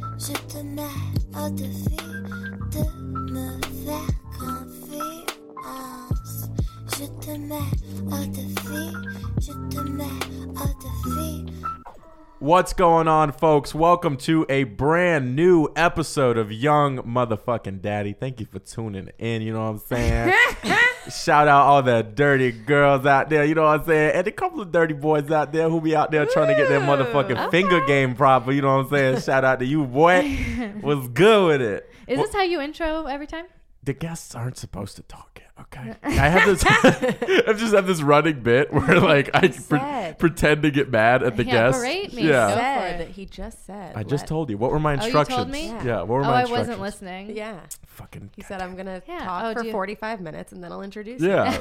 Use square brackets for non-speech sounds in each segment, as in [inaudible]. le mal à te faire de me faire confiance. Je te mets à te faire, je te mets à te faire. What's going on, folks? Welcome to a brand new episode of Young Motherfucking Daddy. Thank you for tuning in. You know what I'm [laughs] saying? Shout out all the dirty girls out there. You know what I'm saying? And a couple of dirty boys out there who be out there trying to get their motherfucking finger game proper. You know what I'm saying? Shout out to you, boy. [laughs] What's good with it? Is this how you intro every time? the guests aren't supposed to talk yet. Okay, I have this. [laughs] I just have this running bit where like I pre- said. pretend to get mad at the Yeah, guests. berate me. Yeah, Go for said it. he just said. I just let- told you what were my Oh, you instructions. told me? Yeah, what were Oh, my I instructions? wasn't listening. Yeah, Fucking. he said I'm gonna Yeah. talk Oh, for do you- 45 minutes and then I'll introduce. you." Yeah.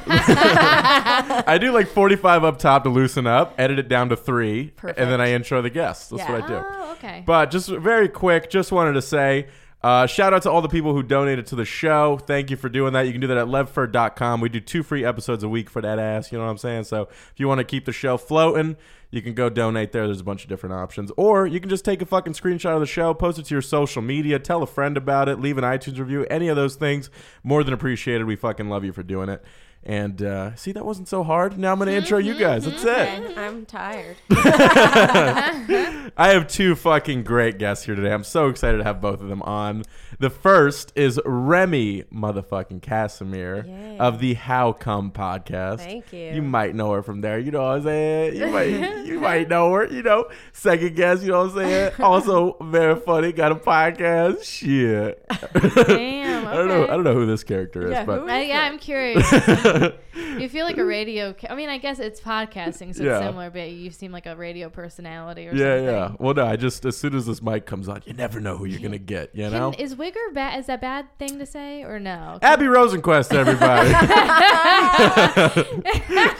[laughs] [laughs] I do like 45 up top to loosen up, edit it down to three, and then Perfect. I intro the guests. That's Yeah. what I do. Oh, okay. But just very quick, just wanted to say uh, shout out to all the people who donated to the show. Thank you for doing that. You can do that at levford.com. We do two free episodes a week for that ass. You know what I'm saying? So if you want to keep the show floating, you can go donate there. There's a bunch of different options. Or you can just take a fucking screenshot of the show, post it to your social media, tell a friend about it, leave an iTunes review, any of those things. More than appreciated. We fucking love you for doing it. And uh, see, that wasn't so hard. Now I'm going to intro you guys. That's [laughs] it. Okay, I'm tired. I have two fucking great guests here today. I'm so excited to have both of them on. The first is Remy motherfucking Casimir Yay. of the How Come podcast. Thank you. You might know her from there. You know what I'm saying? You might you [laughs] might know her, you know. Second guest, you know what I'm [laughs] saying? Also very funny, got a podcast. Shit. Damn. [laughs] I don't know okay. I don't know who this character is, Yeah, but who I- yeah, I'm curious. [laughs] you feel like a radio. Ca- I mean, I guess it's podcasting, so Yeah. it's similar. But you seem like a radio personality or Yeah, something. yeah. Well, no, I just as soon as this mic comes on, you never know who you're gonna get. You know, Can, is wigger bad? Is that a bad thing to say or no? Abby Rosenquist, everybody. [laughs]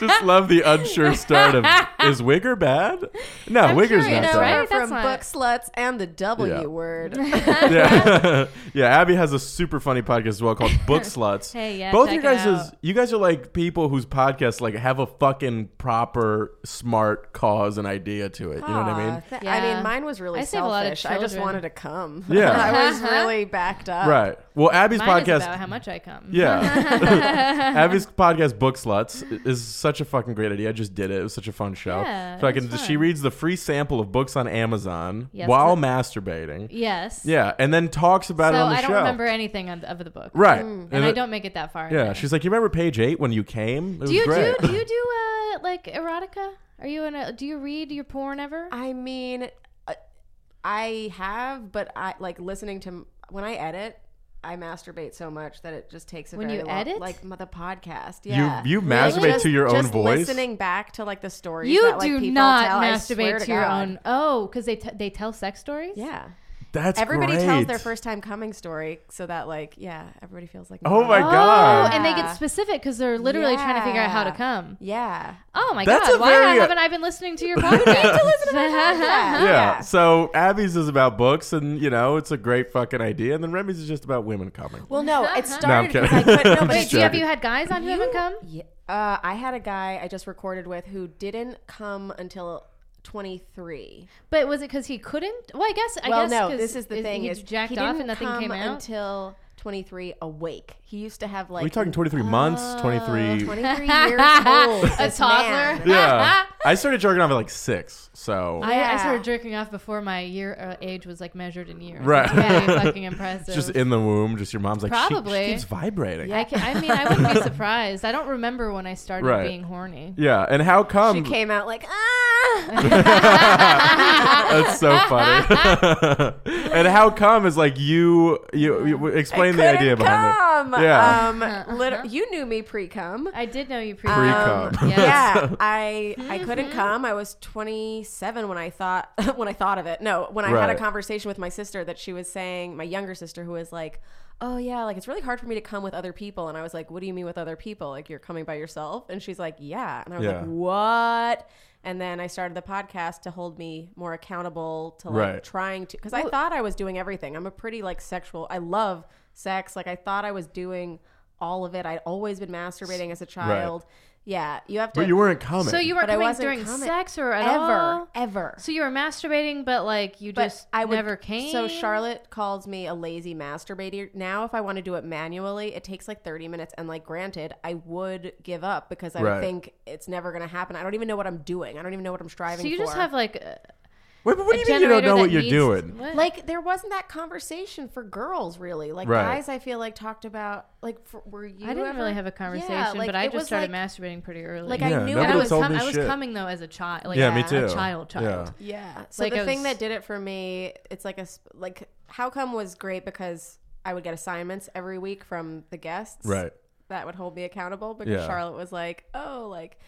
[laughs] Just love the unsure start of is Wigger bad? No, I'm Wigger's curious, not know, bad. right? from That's not- book sluts and the W Yeah. [laughs] word. Yeah. [laughs] yeah, Abby has a super funny podcast as well called [laughs] Book Sluts. Hey, yeah, Both check you it guys is out. you guys are like people whose podcasts like have a fucking proper smart cause and idea to it. You know what I mean? Aw, th- Yeah. I mean, mine was really I save a lot of selfish. I just children. wanted to come. [laughs] Yeah. I was really backed up. Right. Well, Abby's Mine podcast is about how much I come. [laughs] Yeah. Abby's podcast, Book Sluts, is such a fucking great idea. I just did it. It was such a fun show. Yeah, so I it was can, she fun. reads the free sample of books on Amazon Yes, while it- masturbating. Yes. Yeah. And then talks about So it on the I don't show. remember anything on, of the book. Right. And, I it- don't make it that far. in Yeah. there. She's like, You remember page eight when you came? It was Do you great. do do you do uh like erotica? Are you in a do you read your porn ever? I mean, uh, I have, but I like listening to m- when I edit. I masturbate so much that it just takes a When very you long, edit? like m- the podcast. You- Yeah, you masturbate Just- to your own just voice? Listening back to like the stories you that, like, do people not tell, I swear masturbate to, your God. own. Oh, because they t- they tell sex stories. Yeah, [laughs] That's everybody great. tells their first time coming story so that like yeah, everybody feels like Oh my Oh, God. and they get Yeah. specific because they're literally trying to figure out how to Yeah. come. yeah. Oh my That's a god! Why very- uh, haven't I been listening to [laughs] your podcast? Oh, Yeah. Yeah. So Abby's is about books and, you know, it's a great fucking idea. And then Remy's is just about women coming. Well, no, [laughs] it No, I'm started because I kidding. [laughs] couldn't. No, I'm but just it Wait, do you, have you had guys on who haven't come? Yeah. Uh, I had a guy I just recorded with who didn't come until 23. But was it because he couldn't? Well, I guess. I well, guess no, 'cause this is the thing he is jacked he off didn't and nothing come came out. until 23 awake. He used to have Are we like talking 23 months? Oh, [laughs] 23. [laughs] 23 years old. a this toddler. man. [laughs] yeah. I started jerking off at like six. So. I, I Yeah. started jerking off before my year uh, age was like measured in years. Right. It's really [laughs] fucking impressive. just in the womb. Just your mom's like, she- She, Probably. keeps vibrating. Yeah. I, can, I mean, I [laughs] wouldn't be surprised. I don't remember when I started Right. being horny. and how [laughs] She come? came out like ah. That's so [laughs] funny. and how come is like you you, you explain the idea behind "Ah, come. it. Yeah, Uh-huh. Um, lit- you knew me pre cum. I did know you pre pre Um, [laughs] cum. yeah. yeah, I I couldn't come. I was 27 when I thought [laughs] when I thought of it. No, when I had a Right. conversation with my sister that she was saying, my younger sister who was like, "Oh yeah, like it's really hard for me to come with other people." And I was like, "What do you mean with other people? Like you're coming by yourself?" And she's like, "Yeah." And I was Yeah. like, "What?" And then I started the podcast to hold me more accountable to like Right. trying to cuz I thought I was doing everything. I'm a pretty like sexual. I love sex. Like I thought I was doing all of it. I'd always been masturbating as a child. Yeah, you have to. But you weren't [laughs] coming. So you weren't But I coming wasn't during coming sex or at ever, all? ever. So you were masturbating, but like you But just never came. So Charlotte calls me a lazy masturbator. Now, if I want to do it manually, it takes like 30 minutes. And like, granted, I would give up because I Right. would think it's never going to happen. I don't even know what I'm doing. I don't even know what I'm striving So you for. just have like a, Wait, but what a do you mean you don't generator know what that you're needs- doing? what? like there wasn't that conversation for girls really. Like Right. guys, I feel like talked about like for, were you? I didn't ever- really have a Yeah, conversation, like, but I it just was, started like- masturbating pretty early. Like Yeah, I knew nobody I I was, was. told com- me I was shit. coming though as a child, like Yeah, a, me a too. child, child. Yeah. Yeah. Uh, So Like, the I thing was- that did it for me, it's like a sp- like how come was great because I would get assignments every week from the guests. Right. That would hold me accountable because Yeah. Charlotte was like, "Oh, like,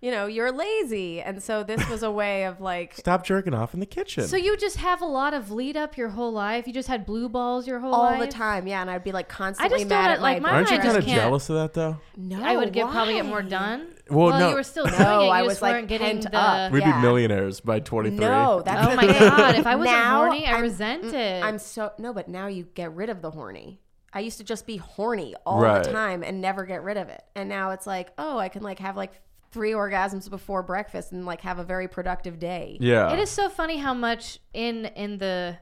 you know, you're lazy," and so this was a way of like Stop jerking off in the kitchen. So you just have a lot of lead up your whole life. You just had blue balls your whole all life the time. Yeah, and I'd be like I constantly just mad don't at like my. my Aren't you I kind just of can't- jealous of that though? no, I would get probably get more why? done. Well, [laughs] no. you were still No, doing it. You I just was, like, weren't getting pent the. up. We'd Yeah. be millionaires by 23. No, that's Oh the [laughs] my thing. god! If I wasn't Now horny, I I'm- mm, resent it. I'm so no, but now you get rid of the horny. I used to just be horny all Right. the time and never get rid of it. And now it's like, oh, I can like have like three orgasms before breakfast and like have a very productive day. yeah. it is so funny how much in in the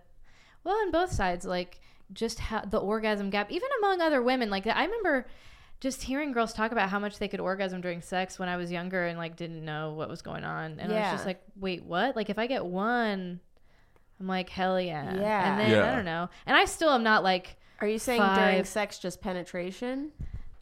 well on both sides like just how the orgasm gap even among other women like i remember just hearing girls talk about how much they could orgasm during sex when i was younger and like didn't know what was going on and i was Yeah. just like wait what like if i get one i'm like hell yeah Yeah. and then Yeah. i don't know and i still am not like Are you saying during Five. sex just penetration?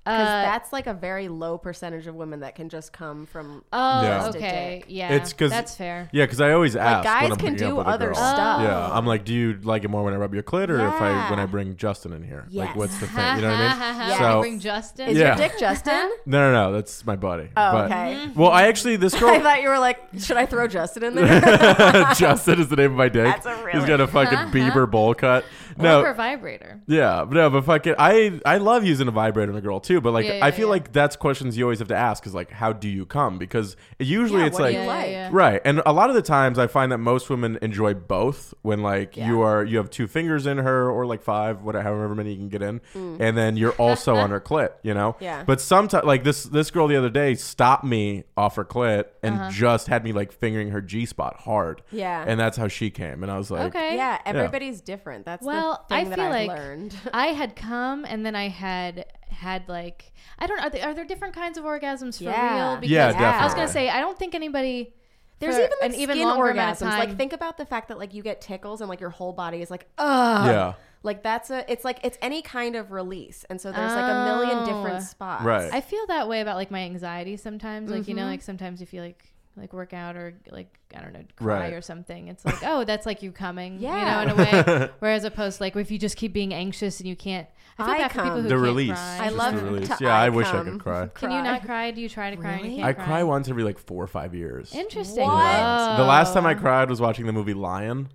uh, Because that's like a very low percentage of women that can just come from. oh Yeah. okay yeah It's 'cause- that's fair yeah, because I always ask. guys when I'm can hooking up do with a other girl. stuff. Yeah, I'm like, do you like it more when I rub your clit or if I when I Yeah. bring Justin in here? Like, Yes. what's the thing? You know what I [laughs] mean? [laughs] Can we bring So justin Is Yeah. your dick Justin? no, no, no, that's my buddy. Oh, But- Mm-hmm. okay. Well, I actually this [laughs] I girl [laughs] thought you were like, should I throw Justin in there? [laughs] Justin is the name of my dick. That's a He's really- got a [laughs] fucking Bieber bowl cut. no. No, or vibrator Yeah, but no, but fucking, I I love using a vibrator on a girl too. But like, Yeah, yeah, I feel yeah. like that's questions you always have to ask is like, how do you come? Because usually Yeah, it's what like, do you like? right, and a lot of the times I find that most women enjoy both. When like you are you have two fingers in her or like five, whatever, however many you can get in, and then you're also on her clit, you know. Yeah. But sometimes like this this girl the other day stopped me off her clit and just had me like fingering her G spot hard. Yeah. And that's how she came, and I was like, okay yeah, everybody's different. That's Well, the I thing feel that I've like learned. [laughs] I had come and then I had had like I don't are there, are there different kinds of orgasms for Yeah. real? Yeah, I was definitely. gonna say I don't think anybody There's for even like an even skin longer amount orgasms. of time. Like think about the fact that like you get tickles and like your whole body is like ugh. Yeah. Like that's a it's like it's any kind of release. And so there's like a million Oh. different spots. Right. I feel that way about like my anxiety sometimes. Like Mm-hmm. you know, like sometimes if you like like work out or like I don't know cry Right. or something, it's like oh that's like you coming. Yeah. you know in [laughs] a way. Whereas opposed like if you just keep being anxious and you can't. I feel I bad for people come. who the can't release. cry. I Just love the release. to Yeah, I I wish I come. could cry. Can you not cry? Do you try to cry? And you Really? can't I cry? cry once every like four or five years. Interesting. Yeah. The last time I Whoa. cried was watching the movie Lion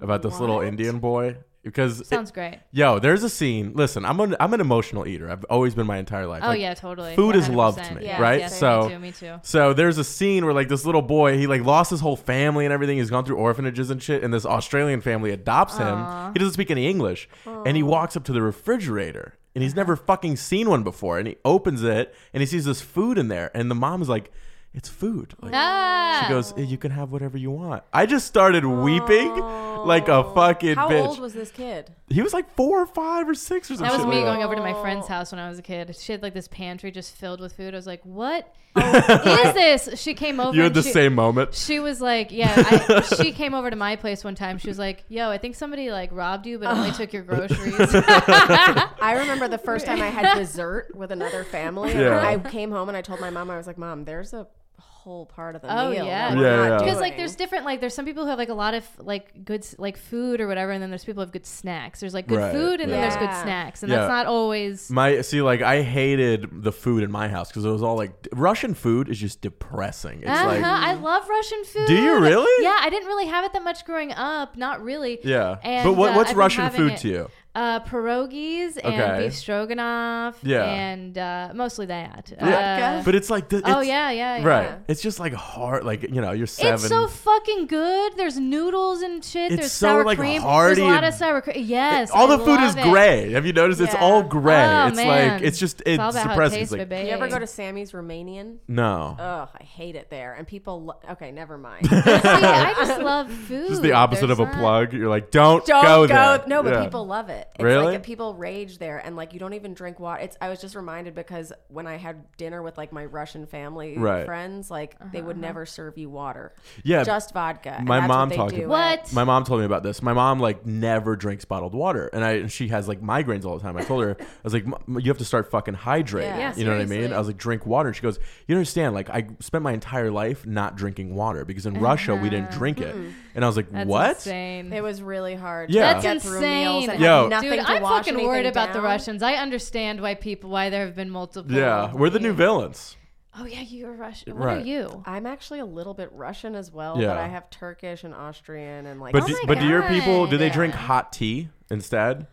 about this little Indian boy because it- Sounds great. yo, there's a scene. Listen, I'm an I'm an emotional eater. I've always been my entire life. Oh Like, yeah, totally. Food is love to 100%. me, Yeah, right? yes, so me too, me too. so there's a scene where like this little boy, he like lost his whole family and everything. He's gone through orphanages and shit. And this Australian family adopts him. He doesn't speak any English, and he Oh. walks up to the refrigerator. And he's never fucking seen one before. And he opens it and he sees this food in there. And the mom is like, "It's food." Like, Ah, She goes, "Eh, "You can have whatever you want." I just started weeping like a Oh. fucking How bitch. old was this kid? he was like four or five or six or something. that was me like going over to my "Oh." friend's house when I was a kid. She had like this pantry just filled with food. I was like, "What [laughs] is this?" She came over. Oh. You had and the she, same moment. She was like, "Yeah." [laughs] I, she came over to my place one time. She was like, "Yo, I think somebody like robbed you, but [laughs] only took your groceries." I remember the first time [laughs] I had dessert with another family. Yeah. And I came home and I told my mom, I was like, Mom, there's a whole part of the Oh, meal. yeah. that we're Yeah, not yeah. Because like doing." there's different like there's some people who have like a lot of like good s- like food or whatever, and then there's people who have good snacks. There's like good Right, food and then there's good right. snacks, and Yeah. Mm, that's not always. My see, like I hated the food in my house because it was all like Russian food is just depressing. It's Uh-huh. like I love Russian food. Do you really? Yeah, I didn't really have it that much growing up. Not really. yeah. And, but what, uh, what's I've been Russian having food it- to you? Uh, pierogies and Okay. beef stroganoff. Yeah. and uh, mostly that. Vodka? Uh, But it's like the, it's, oh yeah, yeah, yeah. right. It's just like hard, like you know, you're seven. It's so fucking good. There's noodles and shit. It's There's so, sour like, cream. hearty There's a lot and- of sour cream. Yes, all I the food is love it. gray. Have you noticed? It's Yeah. all gray. Oh, it's man. like it's just It's it's all about how it depressing. tastes, It's like, baby. You ever go to Sammy's Romanian? no, Ugh, I hate it there. And people, lo- okay, [laughs] never [laughs] mind. See, I just love food. just the opposite of There's a not- plug. You're like, don't, Don't go, go. there. No, but Yeah. people love it. It's Really? like people rage there, and like you don't even drink water. It's. I was just reminded because when I had dinner with like my Russian family Right. friends, like they would Uh-huh. never serve you water. Yeah, just vodka. and my that's mom what they talked do about- at- What? My mom told me about this. My mom like never drinks bottled water, and I and she has like migraines all the time. I told her I was like, "M- you have to start fucking hydrating. Yeah. Yeah, you know what I mean? seriously. I was like, drink water. And she goes, you don't understand? Like I spent my entire life not drinking water because in Russia we didn't drink it. And I was like, That's what? Insane. It was really hard. Yeah. to That's get through meals insane. and Yo. have nothing Dude, to I'm wash fucking worried anything about the down. Russians. I understand why people, why there have been multiple. Yeah, we're the new villains. Oh yeah, you're Russian. What Right. are you? I'm actually a little bit Russian as well, Yeah. but I have Turkish and Austrian and like. But Oh do, my but do your people do they God. drink hot tea instead?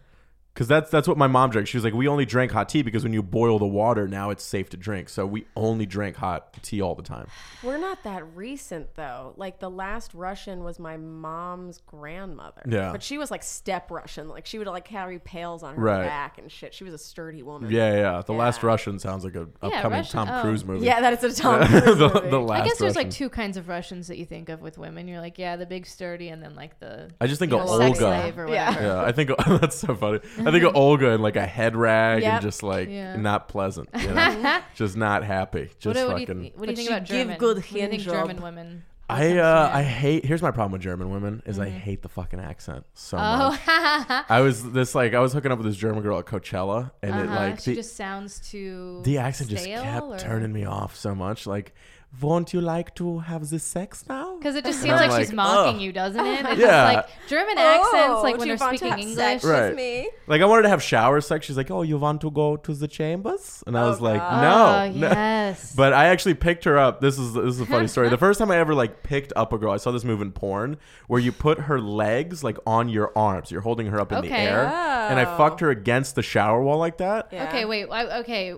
Because that's that's what my mom drank. She was like, we only drank hot tea because when you boil the water, now it's safe to drink. So we only drank hot tea all the time. We're not that recent though. Like the last Russian was my mom's grandmother. Yeah. But she was like step Russian. Like she would like carry pails on her Right. back and shit. She was a sturdy woman. Yeah, yeah. The Last Yeah. Russian sounds like a upcoming Russian- Tom oh. Cruise movie. [laughs] Yeah, that is a Tom the, Cruise the movie. Last I guess there's like Russian. two kinds of Russians that you think of with women. You're like, yeah, the big sturdy, and then like the I just think you of know, sex Oh, Olga. slave or Yeah. whatever. Mm-hmm. Yeah, I think [laughs] that's so funny. I think of Olga in like a head rag Yep. and just like Yeah. not pleasant, you [laughs] know? just not happy, What, just do- what do you, fucking. th- what do you But think she about give German? good what do you think hand job. German women? I uh, I hate. Here's my problem with German women is I hate the fucking accent so much. Mm-hmm. [laughs] Oh, I was this like I was hooking up with this German girl at Coachella, and it uh-huh. like she the, just sounds too. the accent just stale, kept or- [laughs] turning me off so much. Like, won't you like to have this sex now? Because it just And seems I'm like, she's like, mocking ugh. you, doesn't it? It's Yeah. just like German accents, Oh, like when they're speaking with English. Right. me. Like I wanted to have shower sex. She's like, "Oh, you want to go to the chambers?" And I was like, God. "No, Oh, no." yes. But I actually picked her up. This is this is a funny story. The first time I ever like picked up a girl, I saw this move in porn where you put her legs like on your arms. You're holding her up in the Okay. air, and I Oh. fucked her against the shower wall like that. Okay, wait. I, okay,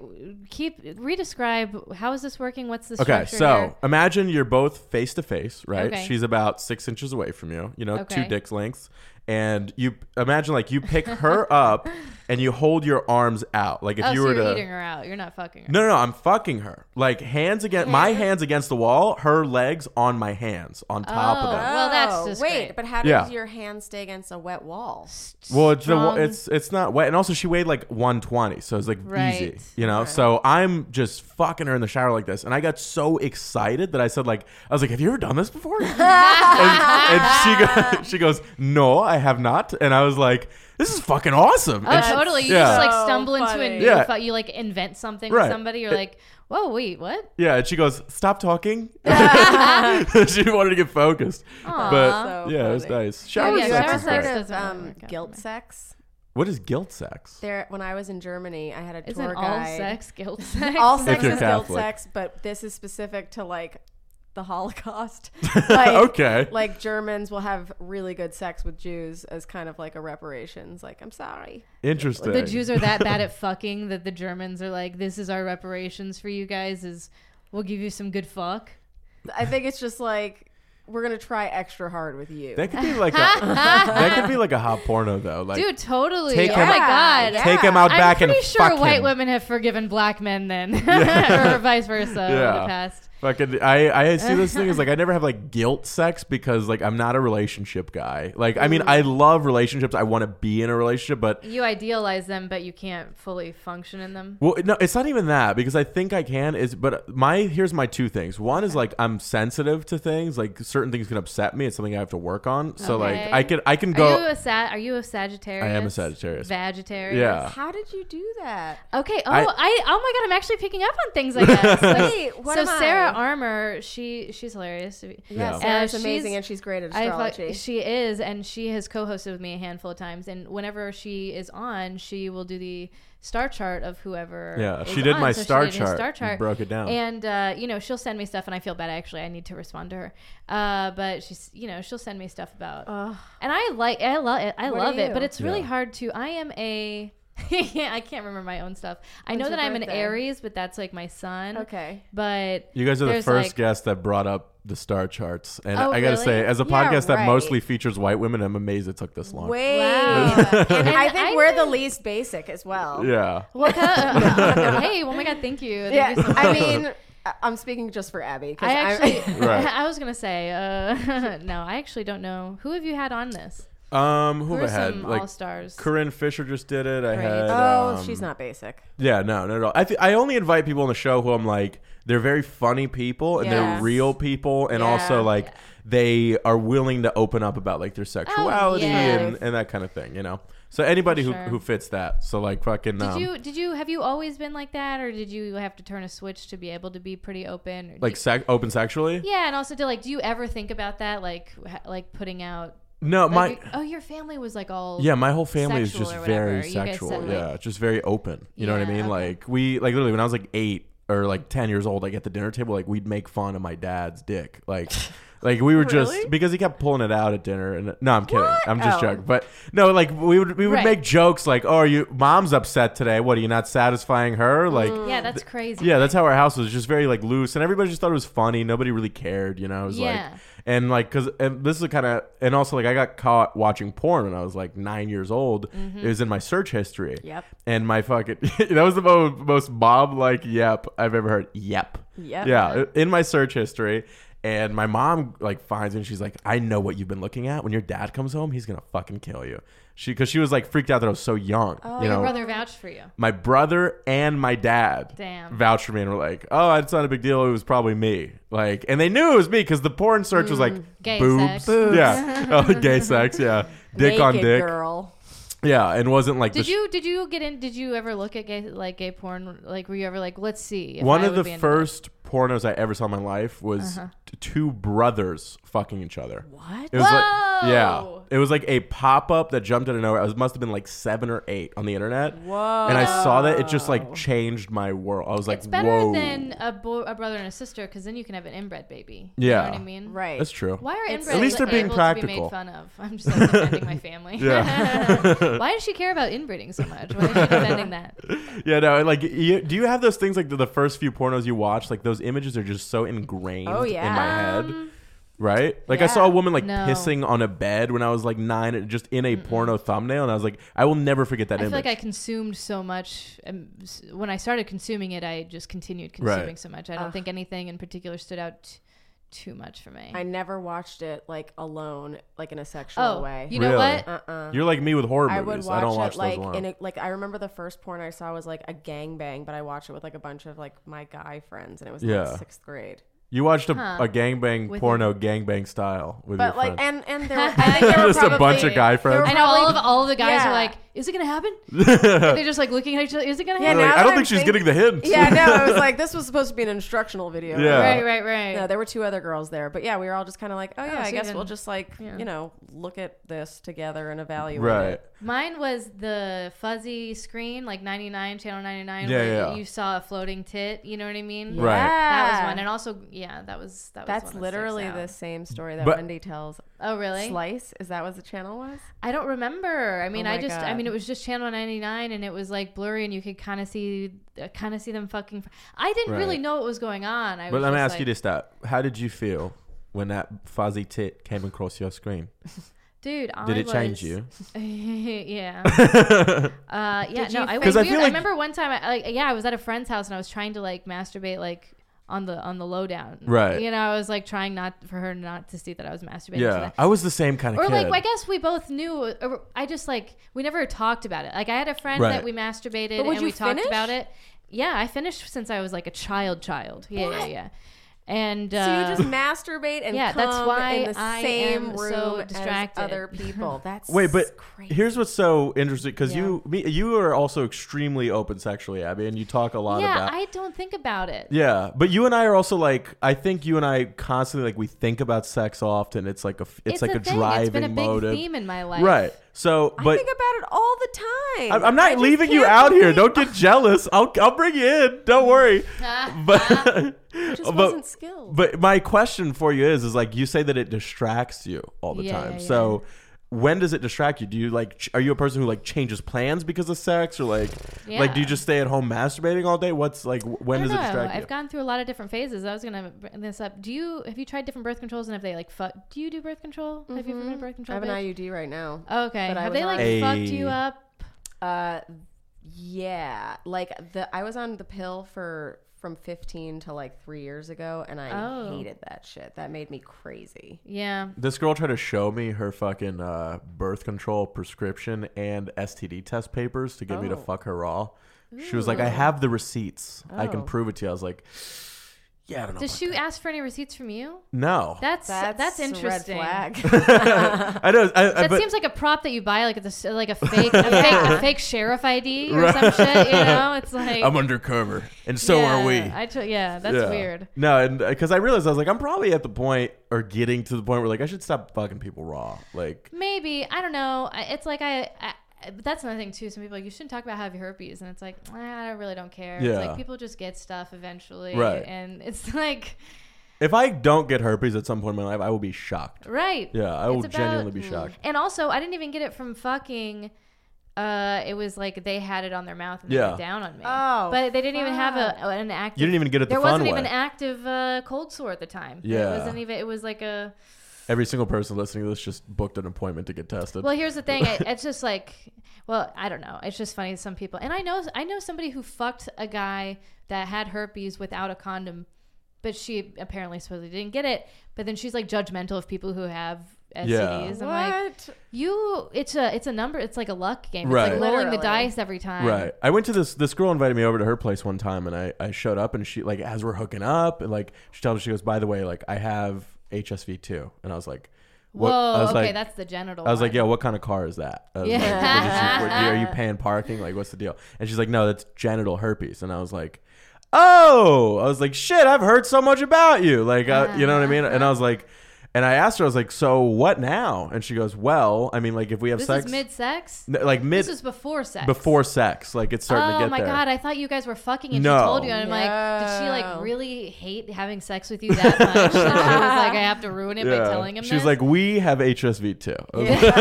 keep re-describe. How is this working? What's the Okay, structure so here? imagine you're both face to face, right? Okay. She's about six inches away from you, you know, Okay. two dicks lengths. And you imagine like you pick her [laughs] up and you hold your arms out. Like if oh, you so were you're to eating her out. You're not fucking her. No, no, no, I'm fucking her. Like hands against my hands against the wall, her legs on my hands on top of Oh. them. Well, that's just wait. great. But how Yeah. does your hand stay against a wet wall? Well, it's, the, Strong. it's it's not wet, and also she weighed like 120, so it's like Right. easy, you know. So I'm just fucking her in the shower like this, and I got so excited that I said like I was like, "Have you ever done this before?" [laughs] and, and she go, [laughs] she goes, "No, I have not," and I was like, "This is fucking awesome!" Oh, and she- totally. You yeah. just like So stumble into a funny. new. Yeah. fu- you like invent something Right. with somebody. You're It- like, whoa, wait, what? yeah, and she goes, "Stop [laughs] talking." [laughs] she wanted to get focused, but So Uh, yeah, it was funny. nice. Shower Oh, yeah, Have you sex ever is shower great. heard sex of doesn't really um, work out guilt for me. sex? What is guilt sex? There, when I was in Germany, I had a Isn't tour all guide. sex guilt sex? [laughs] all sex you're is guilt Catholic. sex, but this is specific to like the [laughs] Holocaust. Like, Okay. Like Germans will have really good sex with Jews as kind of like a reparations. Like, I'm sorry. Interesting. the Jews are that [laughs] bad at fucking that the Germans are like, this is our reparations for you guys. Is we'll give you some good fuck. I think it's just like we're gonna try extra hard with you. That could be [laughs] like a that could be like a hot porno though. Like Dude, totally. Take oh him- my god. Yeah. take him out back I'm pretty and sure fuck white him. women have forgiven black [laughs] men then, [laughs] or vice versa in Yeah. the past. Fucking, I I see this thing as like [laughs] I never have like guilt sex because like I'm not a relationship guy. Like I mean Mm. I love relationships. I want to be in a relationship, but You idealize them, but you can't fully function in them. well no, it's not even that because I think I can is but my here's my two things. One is like I'm sensitive to things. Like certain things can upset me. It's something I have to work on. So Okay. like I can I can Are you go a sag? Are you a Sagittarius? I am a Sagittarius. Vagitarius. Yeah. How did you do that? Okay. Oh, I- [laughs] I, Oh my God. I'm actually picking up on things. I guess. Like, Wait, what so am Sarah, I? Armour, she she's hilarious. Yeah. Yeah, Uh, Sarah's she's- amazing and she's great at I fuck- astrology. she is, and she has co-hosted with me a handful of times. And whenever she is on, she will do the star chart of whoever. Yeah, is she did on. my So star did his chart Star and chart broke it down. And uh, you know, she'll send me stuff, and I feel bad actually. I need to respond to her. Uh, but she's, you know, she'll send me stuff about, Ugh. and I like, I love it. I What are love it, but you? it's really Yeah. hard to. I am a. [laughs] yeah, I can't remember my own stuff. I know When's that your I'm an birthday? Aries, but that's like my son. okay. But You guys are the There's, first like- guests that brought up the star charts, and Oh, I gotta really? say, as a Yeah, podcast that right. mostly features white women, I'm amazed it took this long. Wait. Wow. and I think I we're the think- least basic as well. Yeah, what? [laughs] the- [laughs] hey, oh my god, thank you. Thank Yeah, you so much. I mean, [laughs] I- I'm speaking just for Abby. 'cause I I'm- [laughs] actually, [laughs] [laughs] Right. I was gonna say, uh, [laughs] no, I actually don't know who have you had on this. um, who Who have are I had? some all Like stars? Corinne Fisher just did it. I Great. had. oh, um, she's not basic. Yeah, no, not at all. I th- I only invite people on the show who I'm like they're very funny people and they're Yes. real people and Yeah. also like they are willing to open up about Oh, like their sexuality yes. and, and that kind of thing, you know. So anybody sure. who, who fits that. So like fucking Did um, you did you have you always been like that, or did you have to turn a switch to be able to be pretty open? Or like do- sex open sexually? yeah, and also to like, do you ever think about that, like ha- like putting out? No, my like, oh, your family was like all Yeah, my whole family is sexual just or very whatever. You guys sexual. said, yeah, like- just very open. You know what I Yeah, mean? okay. Like we like literally when I was like eight or like ten years old, like at the dinner table, like we'd make fun of my dad's dick. Like [laughs] like we were Really? just because he kept pulling it out at dinner and no, I'm kidding. I'm just Oh. joking. But no, like we would we would Right. make jokes like, Oh, are you mom's upset today. What are you not satisfying her? Like yeah, that's crazy. yeah, that's how our house was just very like loose, and everybody just thought it was funny. Nobody really cared, you know. It was Yeah. like, and like, cause and this is kind of, and also like, I got caught watching porn when I was like nine years old. It was in my search history. Yep. And my fucking [laughs] that was the most most Bob like yep I've ever heard. Yep. Yep. Yeah, in my search history. And my mom like finds it and she's like, I know what you've been looking at. When your dad comes home, he's gonna fucking kill you. She, cause she was like freaked out that I was so young. you your know? brother vouched for you. my brother and my dad Damn. vouched for me and were like, "Oh, it's not a big deal. It was probably me." Like, and they knew it was me because the porn search was like Mm, Gay boobs, sex. Boobs. [laughs] yeah, oh, gay sex, yeah, dick on Naked dick, girl. yeah, and wasn't like the Did sh- you did you get in? Did you ever look at gay like gay porn? Like, were you ever like, let's see? if one I of would be the into first pornos I ever saw in my life was Uh-huh. t- two brothers fucking each other. What? It was Whoa! like yeah, it was like a pop up that jumped out of nowhere. It must have been like seven or eight on the internet. Whoa. And I saw that it just like changed my world. I was like, It's better "Whoa, than a, bo- a brother and a sister because then you can have an inbred baby. Yeah. you know what I mean. Right. that's true." Why are It's- inbred At least able they're being to be practical. made fun of? I'm just like, defending my family. [laughs] [laughs] Yeah. [laughs] Why does she care about inbreeding so much? Why is she [laughs] defending that? Yeah, no, like, you, do you have those things like the, the first few pornos you watch? Like, those images are just so ingrained Oh, in my yeah. head, right? Like, I yeah. saw a woman like No. pissing on a bed when I was like nine, and just in a porno thumbnail, and I was like, I will never forget that I feel image. like I consumed so much. Um, s- when I started consuming it, I just continued Right. consuming so much. I don't think anything in particular stood out t- too much for me. I never watched it like alone, like in a sexual oh, way. you know Really? what? uh-uh. You're like me with horror I movies. would watch I don't watch it those like long. in a, like I remember the first porn I saw was like a gangbang, but I watched it with like a bunch of like my guy friends, and it was Yeah. like sixth grade. you watched a, Huh. a gangbang With porno, gangbang style with your But like, friends. and [laughs] and there, were, I [laughs] think there were Just a bunch of probably- guy there were friends. I know all of probably- all of the guys Yeah. are like, "Is it [laughs] gonna happen?" They're just like looking at each other. Is it gonna Yeah, happen? Like, now I don't that think I'm she's getting thinking- the hint. [laughs] [laughs] Yeah, no, it was like this was supposed to be an instructional video. Yeah. Right, right, right. No, there were two other girls there, but yeah, we were all just kind of like, oh yeah, so I guess even- we'll just like yeah. you know look at this together and [laughs] evaluate Right. it. Mine was the fuzzy screen, like 99, channel 99, Yeah, where yeah. you saw a floating tit. You know what I mean? Right. That was one. And also, yeah, that was that was That's one that literally sticks out. the same story that But- Wendy tells. Oh, really? Slice is that what the channel was? I don't remember. I mean, Oh I my just, I God. mean, it was just channel 99 and it was like blurry and you could kind of see, uh, kind of see them fucking. I didn't really Right. know what was going on. I But was let me just ask you like, this: that how did you feel when that fuzzy tit came across your screen? Dude, I Did it change was- you? [laughs] [laughs] yeah. Uh, yeah, Did no, you I was think- 'Cause I weird. feel I like- remember one time, I, like, yeah, I was at a friend's house and I was trying to like masturbate like on the on the lowdown, Right. You know, I was like trying not for her not to see that I was masturbating. to Yeah, that. I was the same kind of Or kid. like I guess we both knew. Or I just like we never talked about it. Like I had a friend Right. that we masturbated But would and you we talked finish? about it. Yeah, I finished since I was like a child. Child. Yeah, yeah, yeah. And So uh, you [laughs] just masturbate and yeah, yeah, that's why in the I same am room so as distracted. [laughs] other people. That's Wait, but crazy. here's what's so interesting because Yeah. you me, you are also extremely open sexually, Abby, and you talk a lot yeah, about. I don't think about it. yeah, but you and I are also like I think you and I constantly like we think about sex often. It's like a f- it's, like a, thing. driving It's been a big motive, theme in my life. right? So, I but think about it all the time. I- I'm I not just leaving you can't out here. Don't believe- get jealous. I'll I'll bring you in. Don't [laughs] worry. [laughs] But just but- wasn't skilled. But my question for you is is like you say that it distracts you all the Yeah, time. yeah, yeah. So when does it distract you? Do you like ch- are you a person who like changes plans because of sex or like like do you Yeah. just stay at home masturbating all day? What's like wh- when I does don't it know. distract I've you? gone through a lot of different phases. I was gonna bring this up. Do you have you tried different birth controls and have they like fuck? Do you do birth control? Have you ever been a birth Mm-hmm. I control? have an bitch? IUD right now. okay. but I Have was they like on- fucked you Ayy. up? Uh, yeah, like the I was on the pill for from 15 to like three years ago, and I Oh. hated that shit. That made me crazy. Yeah. This girl tried to show me her fucking uh, birth control prescription and STD test papers to get me to Oh. fuck her raw. She was like, "I have the receipts. I can Oh. prove it to you." I was like, "Yeah, I don't know." Does about she that." ask for any receipts from you? No, That's that's, That's, interesting. A [laughs] red flag. I know. I, I, [laughs] That Uh, but, seems like a prop that you buy, like at the s- [laughs] like a fake, a fake, a fake sheriff ID or some shit. You know, it's like I'm undercover, and so are Yeah, we. I t- yeah, that's Yeah. weird. No, and because I realized I was like, I'm probably at the point or getting to the point where like I should stop fucking people raw. Like, Maybe I don't know. I- It's like I. I but that's another thing too. Some people are like you shouldn't talk about how you have herpes, and it's like "Ah, I don't- really don't care. It's Yeah. like people just get stuff eventually, Right. And it's [laughs] like if I don't get herpes at some point in my life, I will be shocked. right. Yeah, I It's will about- mm. genuinely be shocked. And also, I didn't even get it from fucking. Uh, it was like they had it on their mouth and they Yeah. went down on me. Oh, but they didn't even have a an active. You didn't even get it the there fun wasn't way. even active uh, cold sore at the time. Yeah. it wasn't even. It was like a. Every single person listening to this just booked an appointment to get tested. Well, here's the thing. [laughs] I, it's just like, well, I don't know. It's just funny. Some people, and I know, I know somebody who fucked a guy that had herpes without a condom, but she apparently supposedly didn't get it. But then she's like judgmental of people who have STDs. I'm like, you, it's a, it's a number. It's like a luck game. Right. It's like rolling the Literally. dice every time. Right. I went to this. This girl invited me over to her place one time, and I, I showed up, and she like as we're hooking up, and like she tells me she goes, by the way, like I have HSV two, and I was like, Whoa. what? I was okay, like, that's the genital. I was like, one. yo, what kind of car is that? I was like, Yeah. what is she- what- are [laughs] you paying parking? Like, what's the deal? And she's like, no, that's genital herpes. And I was like, oh, I was like, shit, I've heard so much about you. Like, uh, you know what I mean? And I was like, and I asked her, I was like, so what now? And she goes, well, I mean, like, if we have this sex, is mid sex. n- like mid This is before sex. before sex, like it's starting oh to get my there. god! I thought you guys were fucking, and No. she told you, and I'm like, did she No. like really hate having sex with you that much? [laughs] that she was like, I have to ruin it by telling him. She's this? like, we have HSV too. I was, like,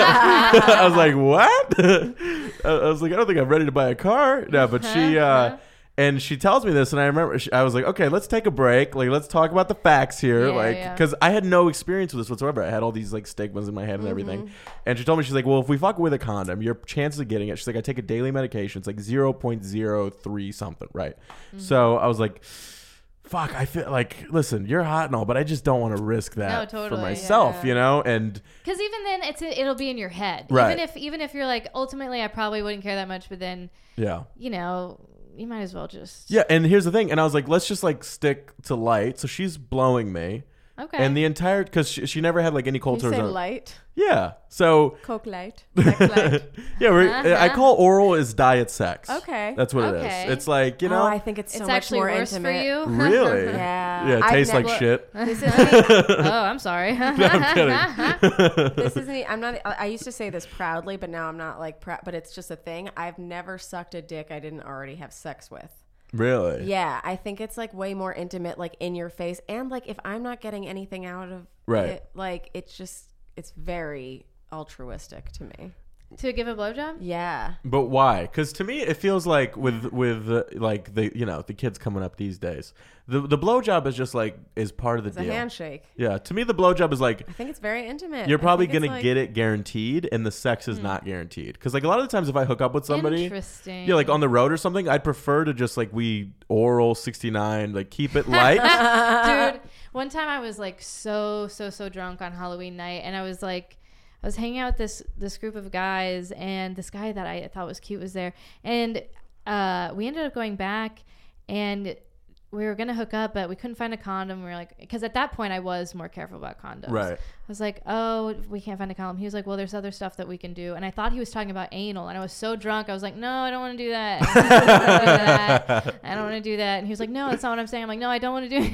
I was [laughs] like, [laughs] what? [laughs] I- I was like, I don't think I'm ready to buy a car. No, but Uh-huh, she, uh, and she tells me this, and I remember she, I was like, okay, let's take a break. Like, let's talk about the facts here, Yeah, like, yeah. because I had no experience with this whatsoever. I had all these like stigmas in my head and everything. Mm-hmm. And she told me she's like, well, if we fuck with a condom, your chances of getting it. She's like, I take a daily medication. It's like 0.03 something, right? Mm-hmm. So I was like. Fuck, I feel like listen, you're hot and all, but I just don't want to risk that for totally, myself, you know? And because even then, it's it'll be in your head. Right. Even if even if you're like, ultimately, I probably wouldn't care that much, but then yeah. you know, you might as well just Yeah, and here's the thing. And I was like, let's just like stick to light. So she's blowing me. okay. And the entire because she, she never had like any cold you sores. say on- light, Yeah. So [laughs] coke light, black light. Uh-huh. yeah, we're, I call oral is diet sex. Okay. That's what it Okay. is. It's like you [laughs] know, oh, I think it's so it's much actually more worse intimate. for you. [laughs] really. Yeah. Yeah, it I've tastes like never- shit. [laughs] [laughs] This is oh, I'm [laughs] sorry. [laughs] I'm [laughs] kidding. this isn't. e- I'm not. I I used to say this proudly, but now I'm not like proud. But it's just a thing. I've never sucked a dick I didn't already have sex with. Really. Yeah, I think it's like way more intimate, like in your face, and like if I'm not getting anything out of Right. it, like it's just it's very altruistic to me. to give a blowjob. Yeah, But why? Because to me, it feels like with with uh, like the you know the kids coming up these days, the the blowjob is just like is part of the it's deal. a handshake. Yeah, to me, the blowjob is like I think it's very intimate. You're I probably think it's, gonna like- get it guaranteed, and the sex is not guaranteed. Because like a lot of the times, if I hook up with somebody, Hmm. Interesting. yeah, like on the road or something, I'd prefer to just like we oral sixty nine, like keep it light. [laughs] dude one time i was like so so so drunk on halloween night and i was like i was hanging out with this this group of guys and this guy that i thought was cute was there and uh we ended up going back and we were gonna hook up, but we couldn't find a condom. We were like, because at that point I was more careful about condoms. Right. I was like, oh, we can't find a condom. He was like, well, there's other stuff that we can do, and I thought he was talking about anal, and I was so drunk, I was like, no, I don't want to do that. [laughs] I don't wanna do that. I don't want to do that. And he was like, no, that's not what I'm saying. I'm like, no, I don't want to [laughs] do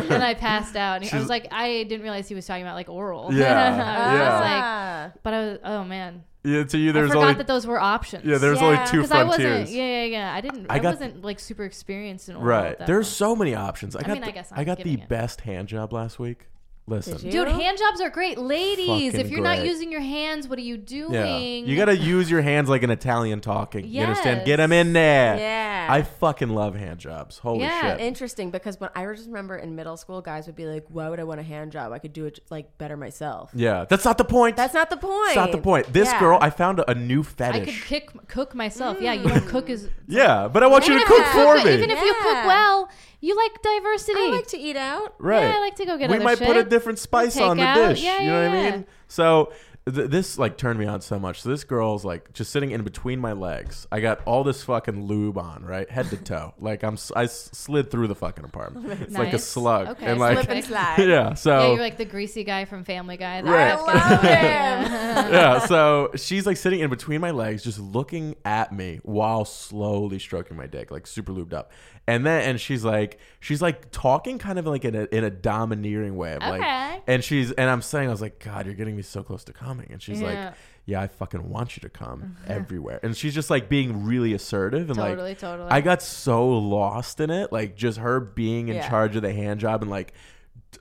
it. and I passed out. And he- I was like, I didn't realize he was talking about like oral. Yeah, [laughs] I was yeah. like, Ah. but I was, oh man, Yeah, to you, I there's forgot only that those were options. yeah, there's Yeah, only two 'Cause I wasn't, frontiers. yeah, yeah, yeah. I didn't. I I, got- wasn't like super experienced in oral. Right. at that There's point. so many options. I, got mean, the, I guess I'm I got the giving it. best hand job last week. Listen. Did you? Dude, hand jobs are great. Ladies, Fucking if you're not great. using your hands, what are you doing? Yeah. You got to use your hands like an Italian talking. You understand? Get Yes. them in there. Yeah. I fucking love hand jobs. Holy Yeah, shit. Interesting, because when I just remember in middle school, guys would be like, "Why would I want a hand job? I could do it like better myself." yeah. That's not the point. That's not the point. That's not the point. This Yeah. girl, I found a, a new I could fetish. kick, cook myself. Yeah, you don't cook as. yeah, but I want you to Even if cook you for cook- me. Even if you cook Yeah. well, you like diversity. I like to eat out. Right. Yeah, I like to go get We other might put a shit. different spice Take on the out. dish. Yeah, you know yeah, what I yeah. mean? So th- this like turned me on so much. So this girl's like just sitting in between my legs. I got all this fucking lube on, right, head to [laughs] toe. like I'm s- I s- slid through the fucking apartment. It's like a Nice. slug. Okay, and slip like [laughs] and slide. yeah. yeah, So you're like the greasy guy from Family Guy. That Oh. Right. always [laughs] I gets love me. him. Yeah. [laughs] yeah, so she's like sitting in between my legs, just looking at me while slowly stroking my dick, like super lubed up. And then, and she's like, she's like talking kind of like in a, in a domineering way. Of Okay. Like, and she's, and I'm saying, I was like, God, you're getting me so close to coming. And she's Yeah. like, Yeah, I fucking want you to [laughs] come everywhere. And she's just like being really assertive. And Totally, like, totally. I got so lost in it. Like, just her being in Yeah. charge of the hand job and like,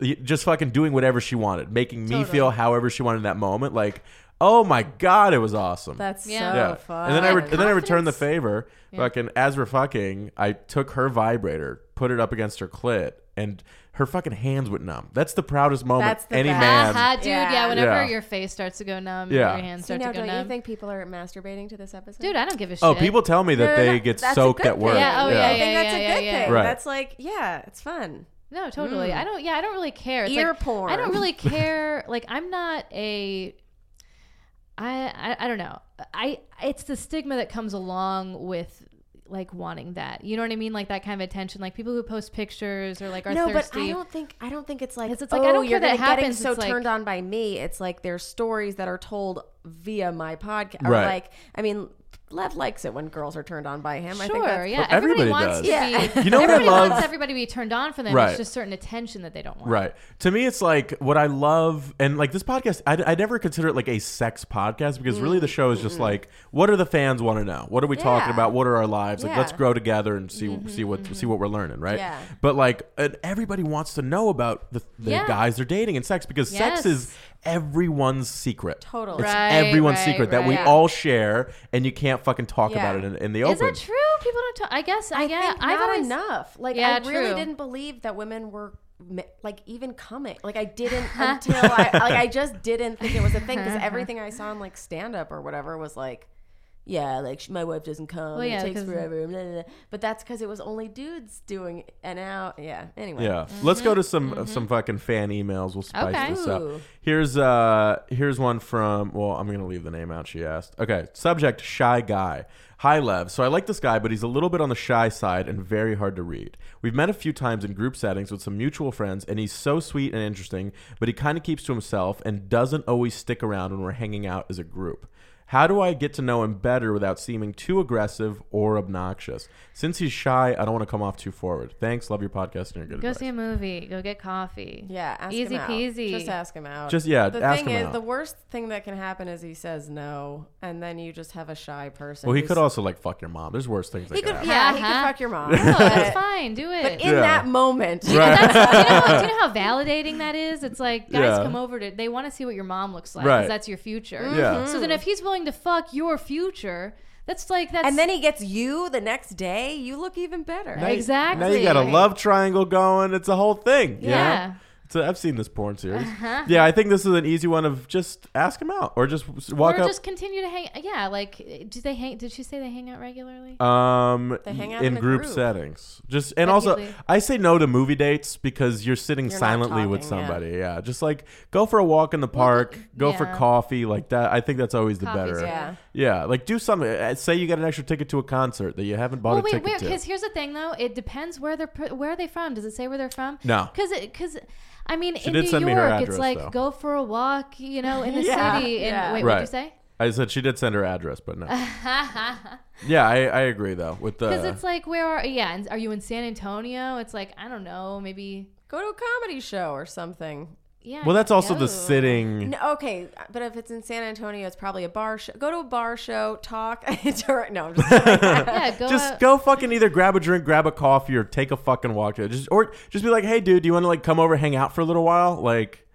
y- just fucking doing whatever she wanted, making me feel however she wanted in that moment. Like, oh my god, it was awesome. That's Yeah. so yeah. fun. And then I re- and then I Confidence. returned the favor. Fucking as we're fucking, I took her vibrator, put it up against her clit, and her fucking hands went numb. That's the proudest moment That's the any best. man. Aha, dude. Yeah, Yeah. whenever Yeah. your face starts to go numb, Yeah. your hands See, start now, to go don't you numb. think people are masturbating to this episode? Dude, I don't give a shit. Oh, people tell me that No, no, they no. get That's a soaked good at work. thing. Yeah, oh, I yeah, think that's a yeah, good yeah, thing. Right. That's like, yeah, it's fun. No, totally. I don't. Yeah, I don't really care. It's Mm. Ear like, I porn. don't [laughs] really care. like I'm not a. I, I I don't know. I it's the stigma that comes along with like wanting that. You know what I mean? Like that kind of attention. Like people who post pictures or like are no, thirsty. but I don't think I don't think it's like It's- it's, it's like oh, I don't care you're that that it getting happens. so It's like- turned on by me. It's like there's stories that are told via my podcast. Right. Or like I mean, Lev likes it when girls are turned on by him. I think sure. that's, Yeah. But everybody wants does. to Yeah. be. [laughs] You know what I everybody love? wants everybody to be turned on for them. Right. It's just certain attention that they don't want. Right. To me, it's like what I love, and like this podcast, I, I never consider it like a sex podcast because really Mm-hmm. the show is just like, what do the fans want to know? What are we talking Yeah. about? What are our lives? Like, Yeah. let's grow together and see Mm-hmm, see what see what we're learning, right? Yeah. But like, and everybody wants to know about the, the Yeah. guys they're dating and sex because sex Yes. is everyone's secret. Totally. It's Right, everyone's right, secret that we right. all share, and you can't fucking talk Yeah. about it in, in the Is open. that true? People don't. Talk, I guess. I, I guess. think Uh, I've not always, enough. Like Yeah, I really true. didn't believe that women were mi- like even coming. Like [laughs] I didn't until I like I just didn't think it was a thing because everything I saw in like stand up or whatever was like. Yeah, like sh- my wife doesn't come. Well, yeah, it takes because- forever. blah, blah, blah. But that's because it was only dudes doing it. And now, yeah. Anyway. Yeah. Let's go to some some fucking fan emails. We'll spice Mm-hmm. Okay. this up. Ooh. Here's uh here's one from well, I'm gonna leave the name out, she asked. Okay. Subject shy guy. Hi Lev. So I like this guy, but he's a little bit on the shy side and very hard to read. We've met a few times in group settings with some mutual friends, and he's so sweet and interesting, but he kinda keeps to himself and doesn't always stick around when we're hanging out as a group. How do I get to know him better without seeming too aggressive or obnoxious? Since he's shy, I don't want to come off too forward. Thanks, love your podcast and your good Go advice. see a movie. Go get coffee. Yeah. Ask Easy him out. peasy. Just ask him out. Just yeah, the ask thing him is, out. the worst thing that can happen is he says no, and then you just have a shy person. well, he who's- could also like fuck your mom. There's worse things. He that could, could happen. yeah, he could Uh-huh. fuck your [laughs] mom. No, that's but- fine. Do it. But in Yeah. that moment, Right. do, you know, how- do you know [laughs] how validating that is? It's like guys Yeah. come over to they want to see what your mom looks like Right. because that's your future. Mm-hmm. Yeah. So then if he's willing to fuck your future, that's like that's and then he gets you the next day, you look even better. Exactly. Now you got a love triangle going. It's a whole thing. you Yeah. know? So I've seen this porn series. Yeah, I think this is an easy one of just ask him out or just s- walk or up. just continue to hang. Yeah, like eh, do they hang? Did she say they hang out regularly? um, They hang out in in a group, group. settings. Just and also, usually- I say no to movie dates because you're sitting You're not silently with talking, yeah. somebody. Yeah. just like go for a walk in the park, go for yeah. coffee, like that. I think that's always the Coffee's better. good. Yeah. Yeah, like do something. Uh, Say you got an extra ticket to a concert that you haven't bought Well, a wait, ticket wait. to. Because here's the thing, though. It depends where they're pr- where are they from. Does it say where they're from? No. Because because I mean, in did New send me her York, address, it's like though. go for a walk, you know, in the Yeah, city. And yeah. wait, Right. what'd you say? [laughs] I said she did send her address, but no. yeah, I, I agree though with the. Because it's like where are yeah? And are you in San Antonio? It's like I don't know, maybe Go to a comedy show or something. yeah. well, that's also go. the sitting. No, okay, but if it's in San Antonio, it's probably a bar show. Go to a bar show, talk. [laughs] during- no, I'm [laughs] just Yeah, go just out- go fucking either grab a drink, grab a coffee, or take a fucking walk. Just or just be like, hey, dude, do you want to like come over, hang out for a little while? Like,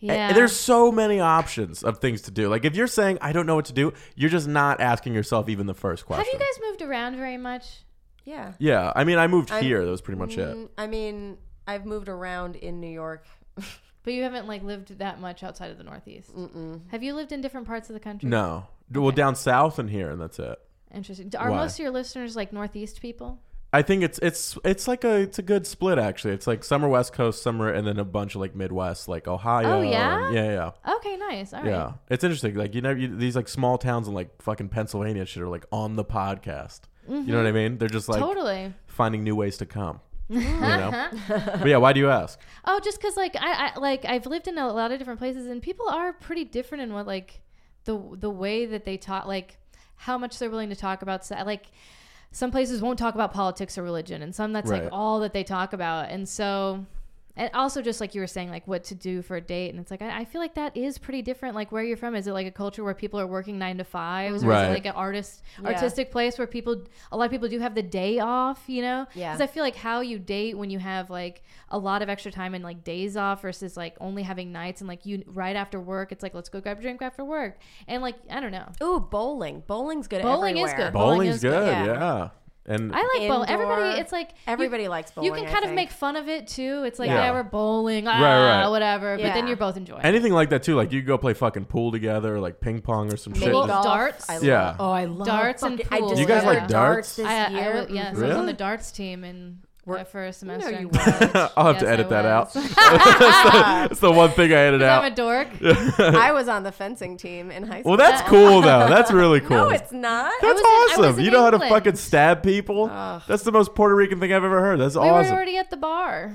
Yeah. there's so many options of things to do. Like, if you're saying I don't know what to do, you're just not asking yourself even the first question. Have you guys moved around very much? [laughs] yeah. yeah, I mean, I moved I'm- here. That was pretty much it. Mm, I mean, I've moved around in New York. [laughs] But you haven't like lived that much outside of the Northeast. Have you lived in different parts of the country? No, well, down south and here, and that's it. Interesting. Are Why? most of your listeners like Northeast people? I think it's it's it's like a it's a good split actually. It's like summer West Coast, summer, and then a bunch of like Midwest, like Ohio. Oh, yeah? and- yeah, yeah, Okay, nice. All right. yeah. It's interesting. Like you know, you, these like small towns in like fucking Pennsylvania and shit are like on the podcast. You know what I mean? They're just like Mm-hmm. totally. Uh-huh. finding new ways to [laughs] come. you know? But yeah, why do you ask? Oh, just because like I, I like I've lived in a lot of different places and people are pretty different in what like the the way that they talk, like how much they're willing to talk about. se- Like some places won't talk about politics or religion, and some that's Right. like all that they talk about. And so, and also just like you were saying, like what to do for a date, and it's like I, I feel like that is pretty different. Like where you're from, is it like a culture where people are working nine to fives, or is Right. it like an artist artistic place where people a lot of people do have the day off? You know, Yeah. 'Cause I feel like how you date when you have like a lot of extra time and like days off versus like only having nights and like you right after work, it's like let's go grab a drink after work. And like I don't know. Ooh, bowling. Bowling's good. Bowling is everywhere. good. [laughs] Bowling Bowling's is good, good, yeah. yeah. And I like bowling. Indoor. Everybody it's like you- Everybody likes You can bowling, I kind of think. make fun of it too. It's like, Yeah. yeah, we're bowling, ah, Right, right. whatever. But then Yeah. you're both enjoying. it. anything like that too. Like you could go play fucking pool together, or like ping pong or some shit. Well, Just- golf. darts. I Yeah. Love, oh, I love Darts and fucking- I pool. just You guys discovered like darts? this I, I, year. wa- yes, I was on Really? the darts team and We're- uh, for a semester. you in were. college. [laughs] I'll have to Yes, I edit that out. [laughs] [laughs] was. That's the one thing I edit I'm a out. dork. [laughs] I was on the fencing team in high Well, [laughs] school. that's cool though. That's really cool. no, it's not. That's was in- I awesome. was in You know how to England. fucking stab people? That's the most Puerto Rican thing I've ever heard. That's We were awesome. already at the bar.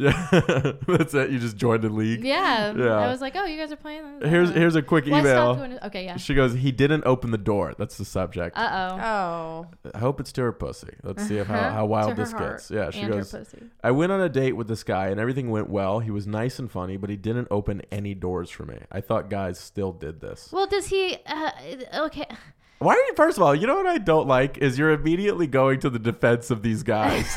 Yeah. [laughs] That's it. You just joined a league. Yeah. [laughs] Yeah. I was like, oh, you guys are playing. Here's Uh, here's a quick well, I email. stopped when- okay, yeah. she goes, he didn't open the door. That's the subject. Uh oh. Oh, I hope it's to her pussy. Let's see if how, how Uh-huh. To wild her this heart gets. Yeah, she and her goes. pussy. I went on a date with this guy and everything went well. He was nice and funny, but he didn't open any doors for me. I thought guys still did this. Well, does he? Uh, okay. Why are you? First of all, you know what I don't like is you're immediately going to the defense of these [laughs] guys. [laughs]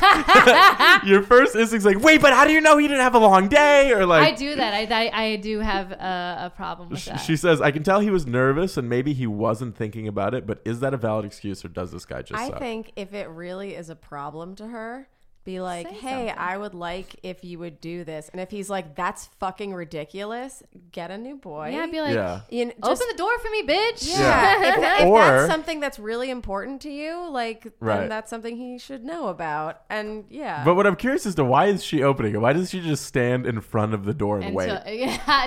Your first instinct's like, wait, but how do you know he didn't have a long day? Or I like, do that. I I, I do have a, a problem with that. she says, I can tell he was nervous and maybe he wasn't thinking about it. But is that a valid excuse or does this guy just? I suck? think if it really is a problem to her, be like, Say "Hey, I would like if you would do this," and if he's like, "That's fucking ridiculous," get a new boy. yeah, I'd be like, Yeah. You know, just- open the door for me, bitch. Yeah. Yeah. [laughs] If, if [laughs] Or- that's something that's really important to you, like Right. then that's something he should know about. And uh, yeah. But what I'm curious as to why is she opening it? Why does she just stand in front of the door and, wait? Until, [laughs] yeah,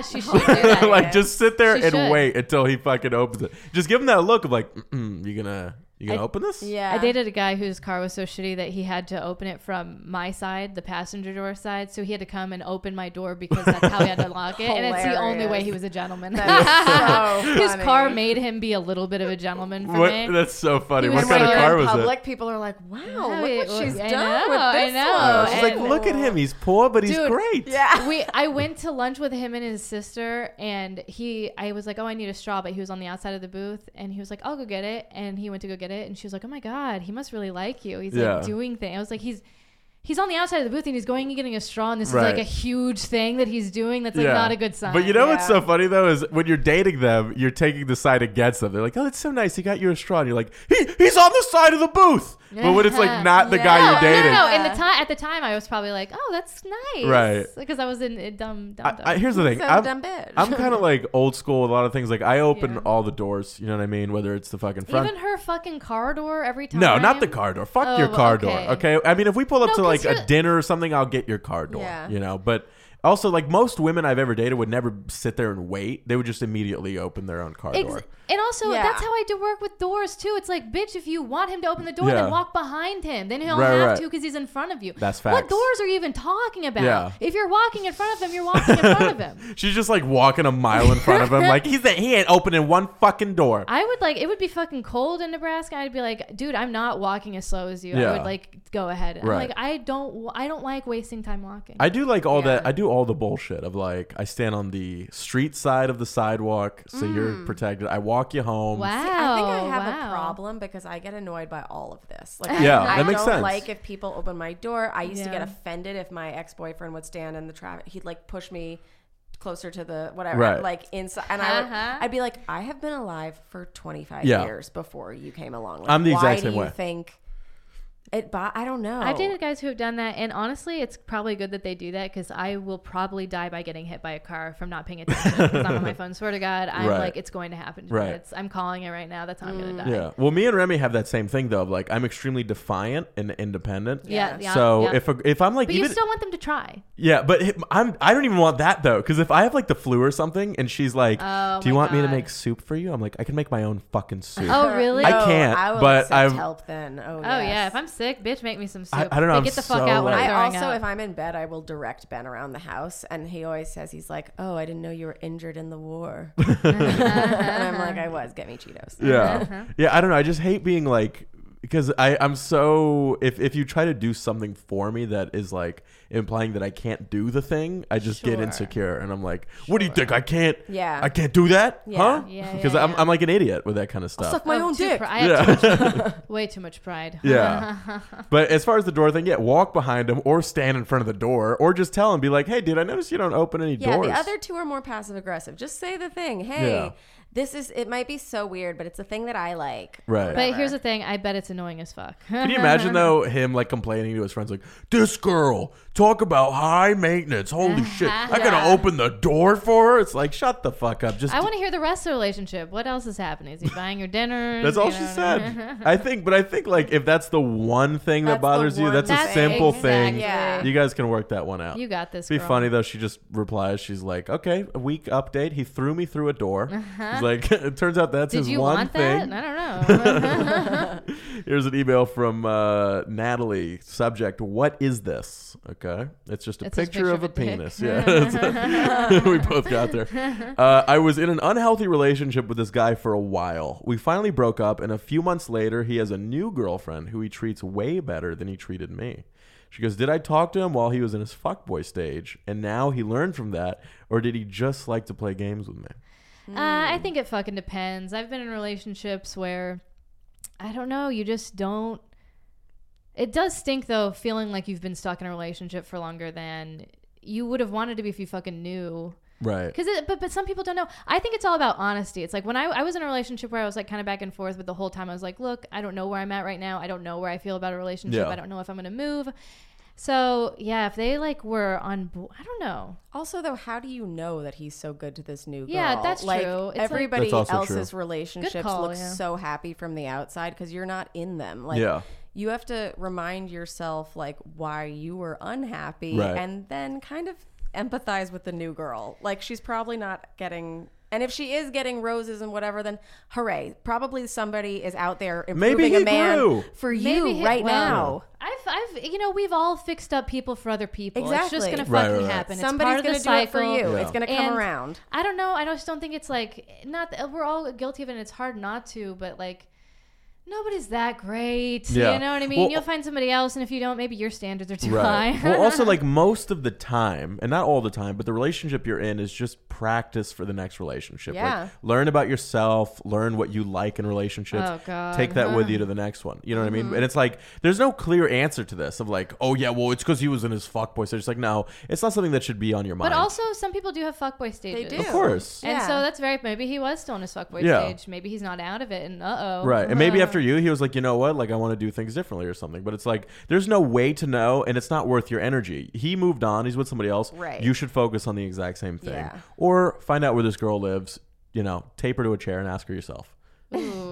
[laughs] she should do that. like just sit there She and should. wait until he fucking opens it. Just give him that look of like, Mm-mm, you gonna you gonna open this? yeah. I dated a guy whose car was so shitty that he had to open it from my side, the passenger door side. So he had to come and open my door because that's how he had to lock it. and it's the only way he was a gentleman. That [laughs] is so His funny. car made him be a little bit of a gentleman for What? me. That's so funny. He What was kind of wearing car in was public, it? people are like, "Wow, Yeah, look it what she's was- I done know, I with this know. one." Uh, She's like, Oh, And- look at him. He's poor, but he's Dude, great. [laughs] Yeah. we I went to lunch with him and his sister and he I was like, "Oh, I need a straw," but he was on the outside of the booth and he was like, "I'll go get it." And he went to go get it and she was like, "Oh my god, he must really like you. He's Yeah. like doing things." I was like, "He's He's on the outside of the booth and he's going and getting a straw and this is Right. like a huge thing that he's doing that's like Yeah. not a good sign. But you know what's Yeah. so funny though is when you're dating them, you're taking the side against them. They're like, "Oh, that's so nice. He got you a straw." And you're like, "He he's on the side of the booth." but when it's [laughs] like not the guy No, you're dating. no, no. In the Yeah. time, at the time, I was probably like, "Oh, that's nice," Right. Because I was in a dumb, dumb, dumb. I, I, here's the thing. So I'm- dumb bitch. I'm kind [laughs] of like old school with a lot of things. Like I open Yeah. all the doors. You know what I mean? Whether it's the fucking front. Even her fucking car door every time. no, not the car door. Fuck your Oh, car okay. door. Okay. I mean, if we pull up No, to like 'cause a you're- dinner or something, I'll get your car door. Yeah. You know, but also like most women I've ever dated would never sit there and wait. They would just immediately open their own car Ex- door. and also, Yeah. that's how I do work with doors too. It's like, bitch, if you want him to open the door, Yeah. then walk behind him. Then he'll Right, have right. to because he's in front of you. That's What facts. doors are you even talking about? Yeah. If you're walking in front of him, you're walking in front of [laughs] him. She's just like walking a mile in front of him. [laughs] Like he's he ain't opening one fucking door. I would like it would be fucking cold in Nebraska. I'd be like, dude, I'm not walking as slow as you. Yeah. I would like go ahead. I'm Right. like, I don't, w- I don't like wasting time walking. I do like all that. Yeah. I do all the bullshit of like I stand on the street side of the sidewalk, so Mm. you're protected. I walk you home. wow. See, I think I have Oh, wow. a problem because I get annoyed by all of this. Like, Yeah, I, that makes I don't sense. like if people open my door. I used to Yeah. get offended if my ex boyfriend would stand in the traffic. He'd like push me closer to the whatever, Right. like inside, and I would, Uh-huh. I'd be like, I have been alive for 25 Yeah. years before you came along. Like, I'm the why exact do same you way. Think it? Bo- I don't know. I've Oh. dated guys who have done that, and honestly, it's probably good that they do that because I will probably die by getting hit by a car from not paying attention because I'm [laughs] on my phone. Swear to God, I'm Right. like, it's going to happen. to me. Right. It's, I'm calling it right now. That's how I'm Mm. going to die. Yeah. Well, me and Remy have that same thing though. Of like I'm extremely defiant and independent. Yeah, yeah, so yeah. if a, if I'm like But even you still want them to try. yeah, but if- I'm I don't even want that though because if I have like the flu or something and she's like, Oh, "Do you my want me to God. make soup for you?" I'm like, "I can make my own fucking soup." Oh, really? I can't, I will but accept I've- help then. Oh, Oh yes. yeah, if I'm sick, bitch, make me some soup. I- I don't know, But I'm get the fuck so, out when like- I'm I throwing also, up. if I'm in bed, I will direct Ben around the house, and he always says he's like, "Oh, I didn't know you were injured in [laughs] the war," and I'm like, "I was. Get me Cheetos." [laughs] Uh-huh. Yeah. Yeah, I don't know. I just hate being like because I I'm so if if you try to do something for me that is like implying that I can't do the thing, I just get Sure. insecure and I'm like, "What do you think I can't? Yeah. I can't do that?" Yeah. Huh? Yeah, yeah, Cuz I'm yeah. I'm like an idiot with that kind of stuff. Suck my Oh, own too dick. pr- I have too much, way too much pride. [laughs] [laughs] Yeah. but as far as the door thing, yeah, walk behind him or stand in front of the door or just tell him, be like, hey, dude, I noticed you don't open any yeah, doors. the other two are more passive aggressive. Just say the thing. Hey, Yeah. this is. It might be so weird, but it's a thing that I like. right. But here's the thing: I bet it's annoying as fuck. Can you imagine though him like complaining to his friends like this girl talk about high maintenance [laughs] holy shit I gotta open the door for her it's like shut the fuck up just [laughs] I want to hear the rest of the relationship. What else is happening? Is he [laughs] buying your dinner? that's all she [laughs] said I think but I think like if that's the one thing That's that the bothers you one that's, a That's simple thing exactly. Yeah. you guys can work that one out You got this. It'd be girl. funny though. She just replies. She's like, "Okay, a week update. He threw me through a door. He's like, [laughs] it turns out that's Uh-huh. Did his you one want thing." that? I don't know. [laughs] Here's an email from uh, Natalie. Subject: What is this? Okay, it's just a It's a picture, picture of of a a dick. penis. [laughs] Yeah, [laughs] we both got there. Uh, I was in an unhealthy relationship with this guy for a while. We finally broke up, and a few months later, he has a new girlfriend who he treats way better than he treated me. She goes, Did I talk to him while he was in his fuckboy stage, and now he learned from that, or did he just like to play games with me? Uh, I think it fucking depends. I've been in relationships where I don't know, you just don't It does stink though feeling like you've been stuck in a relationship for longer than you would have wanted to be if you fucking knew. Right. Cuz but but some people don't know. I think it's all about honesty. It's like when I I was in a relationship where I was like kind of back and forth but the whole time I was like, "Look, I don't know where I'm at right now. I don't know where I feel about a relationship. Yeah. I don't know if I'm going to move." So, yeah, if they like were on bo- I don't know. Also, though, how do you know that he's so good to this new girl? Yeah, that's like, true. It's like- everybody That's also else's true. relationships call, look yeah. so happy from the outside because you're not in them. Like, Yeah. you have to remind yourself like why you were unhappy, Right. and then kind of empathize with the new girl. Like, she's probably not getting. And if she is getting roses and whatever, then hooray! Probably somebody is out there improving Maybe he a man grew. for Maybe you hit- right well, now. I've, I've, you know, we've all fixed up people for other people. It's just Exactly. gonna Right, fucking right, right. happen. Somebody's it's part gonna of the do it for cycle. you. Yeah. It's gonna come And around. I don't know. I just don't think it's like not. That, we're all guilty of it. and It's hard not to, but like. Nobody's that great. Yeah. You know what I mean? Well- You'll find somebody else, and if you don't, maybe your standards are too [laughs] Right. high. well, also like most of the time, and not all the time, but the relationship you're in is just practice for the next relationship. Yeah. Like, learn about yourself, learn what you like in relationships. Oh, God. Mm-hmm. Take that with you to the next one. You know what I mean? And it's like there's no clear answer to this of like, oh yeah, well it's because he was in his fuckboy. So it's like no, it's not something that should be on your mind. but also, some people do have fuckboy stages. do. of course. And Yeah. so that's very maybe he was still in his fuckboy Yeah. stage. Maybe he's not out of it, and uh oh. Right. And maybe after after you, he was like, you know what? Like, I want to do things differently or something. But it's like, there's no way to know, and it's not worth your energy. He moved on. He's with somebody else. Right. You should focus on the exact same thing. Yeah. Or find out where this girl lives, you know, tape her to a chair and ask her yourself.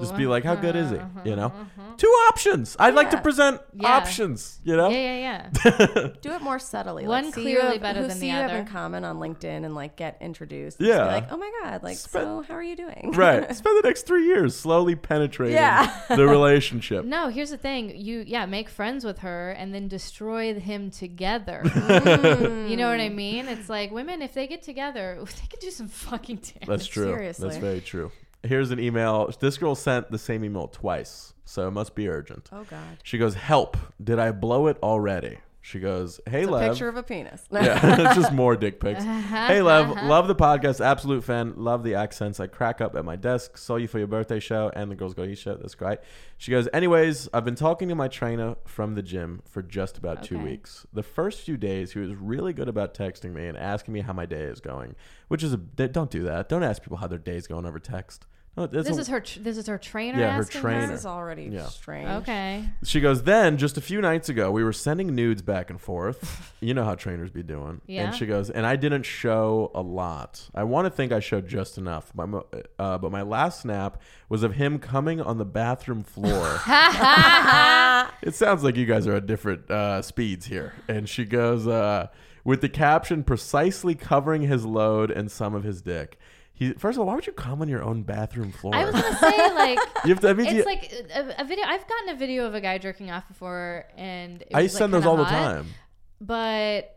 Just be like, how good is he? You know? Two options. I'd like to Mm-hmm, Yeah. present Yeah. options, you know? Yeah, yeah, yeah. Do it more subtly. One Let's see clearly who have- better who than see the you other. have in common on LinkedIn and like get introduced. Just be Yeah. like, oh my god, like Spread- so, how are you doing? [laughs] [laughs] right. Spend the next three years slowly penetrating Yeah. the [laughs] relationship. No, here's the thing. You yeah, make friends with her and then destroy [laughs] him together. You know what I mean? It's like women if they get together, [laughs] they could do some fucking damage. That's true. That's Seriously. very true. Here's an email. This girl sent the same email twice, so it must be urgent. [laughs] oh god. She goes, "Help! Did I blow it already?" She goes, "Hey, It's a Lev." picture of Uh-huh, a penis. [laughs] [laughs] yeah, [laughs] it's just more dick pics. hey, Lev, love the podcast. Absolute fan. Love the accents. I crack up at my desk. Saw you for your birthday show and the Girls Go Eat show. That's great. She goes, anyways, I've been talking to my trainer from the gym for just about two Okay. weeks. The first few days, he was really good about texting me and asking me how my day is going, which is a don't do that. Don't ask people how their day's going over text. No, that's This a- is her tr- this is her trainer Yeah, her asking trainer. This is already Yeah. strange. [laughs] Okay. She goes, then just a few nights ago, we were sending nudes back and [laughs] forth. you know how trainers be doing. Yeah. And she goes, and I didn't show a lot. I want to think I showed just enough. My, mo- uh, but my last snap was of him coming on the bathroom [laughs] floor. it sounds like you guys are at different uh, speeds here. And she goes, uh, with the caption precisely covering his load and some of his dick. He, first of all, why would you come on your own bathroom floor? I was going to [laughs] say [laughs] like you have to, I mean, you- it's like uh, a, a video I've gotten a video of a guy jerking off before and it I was, like, send those kinda all the hot, time. But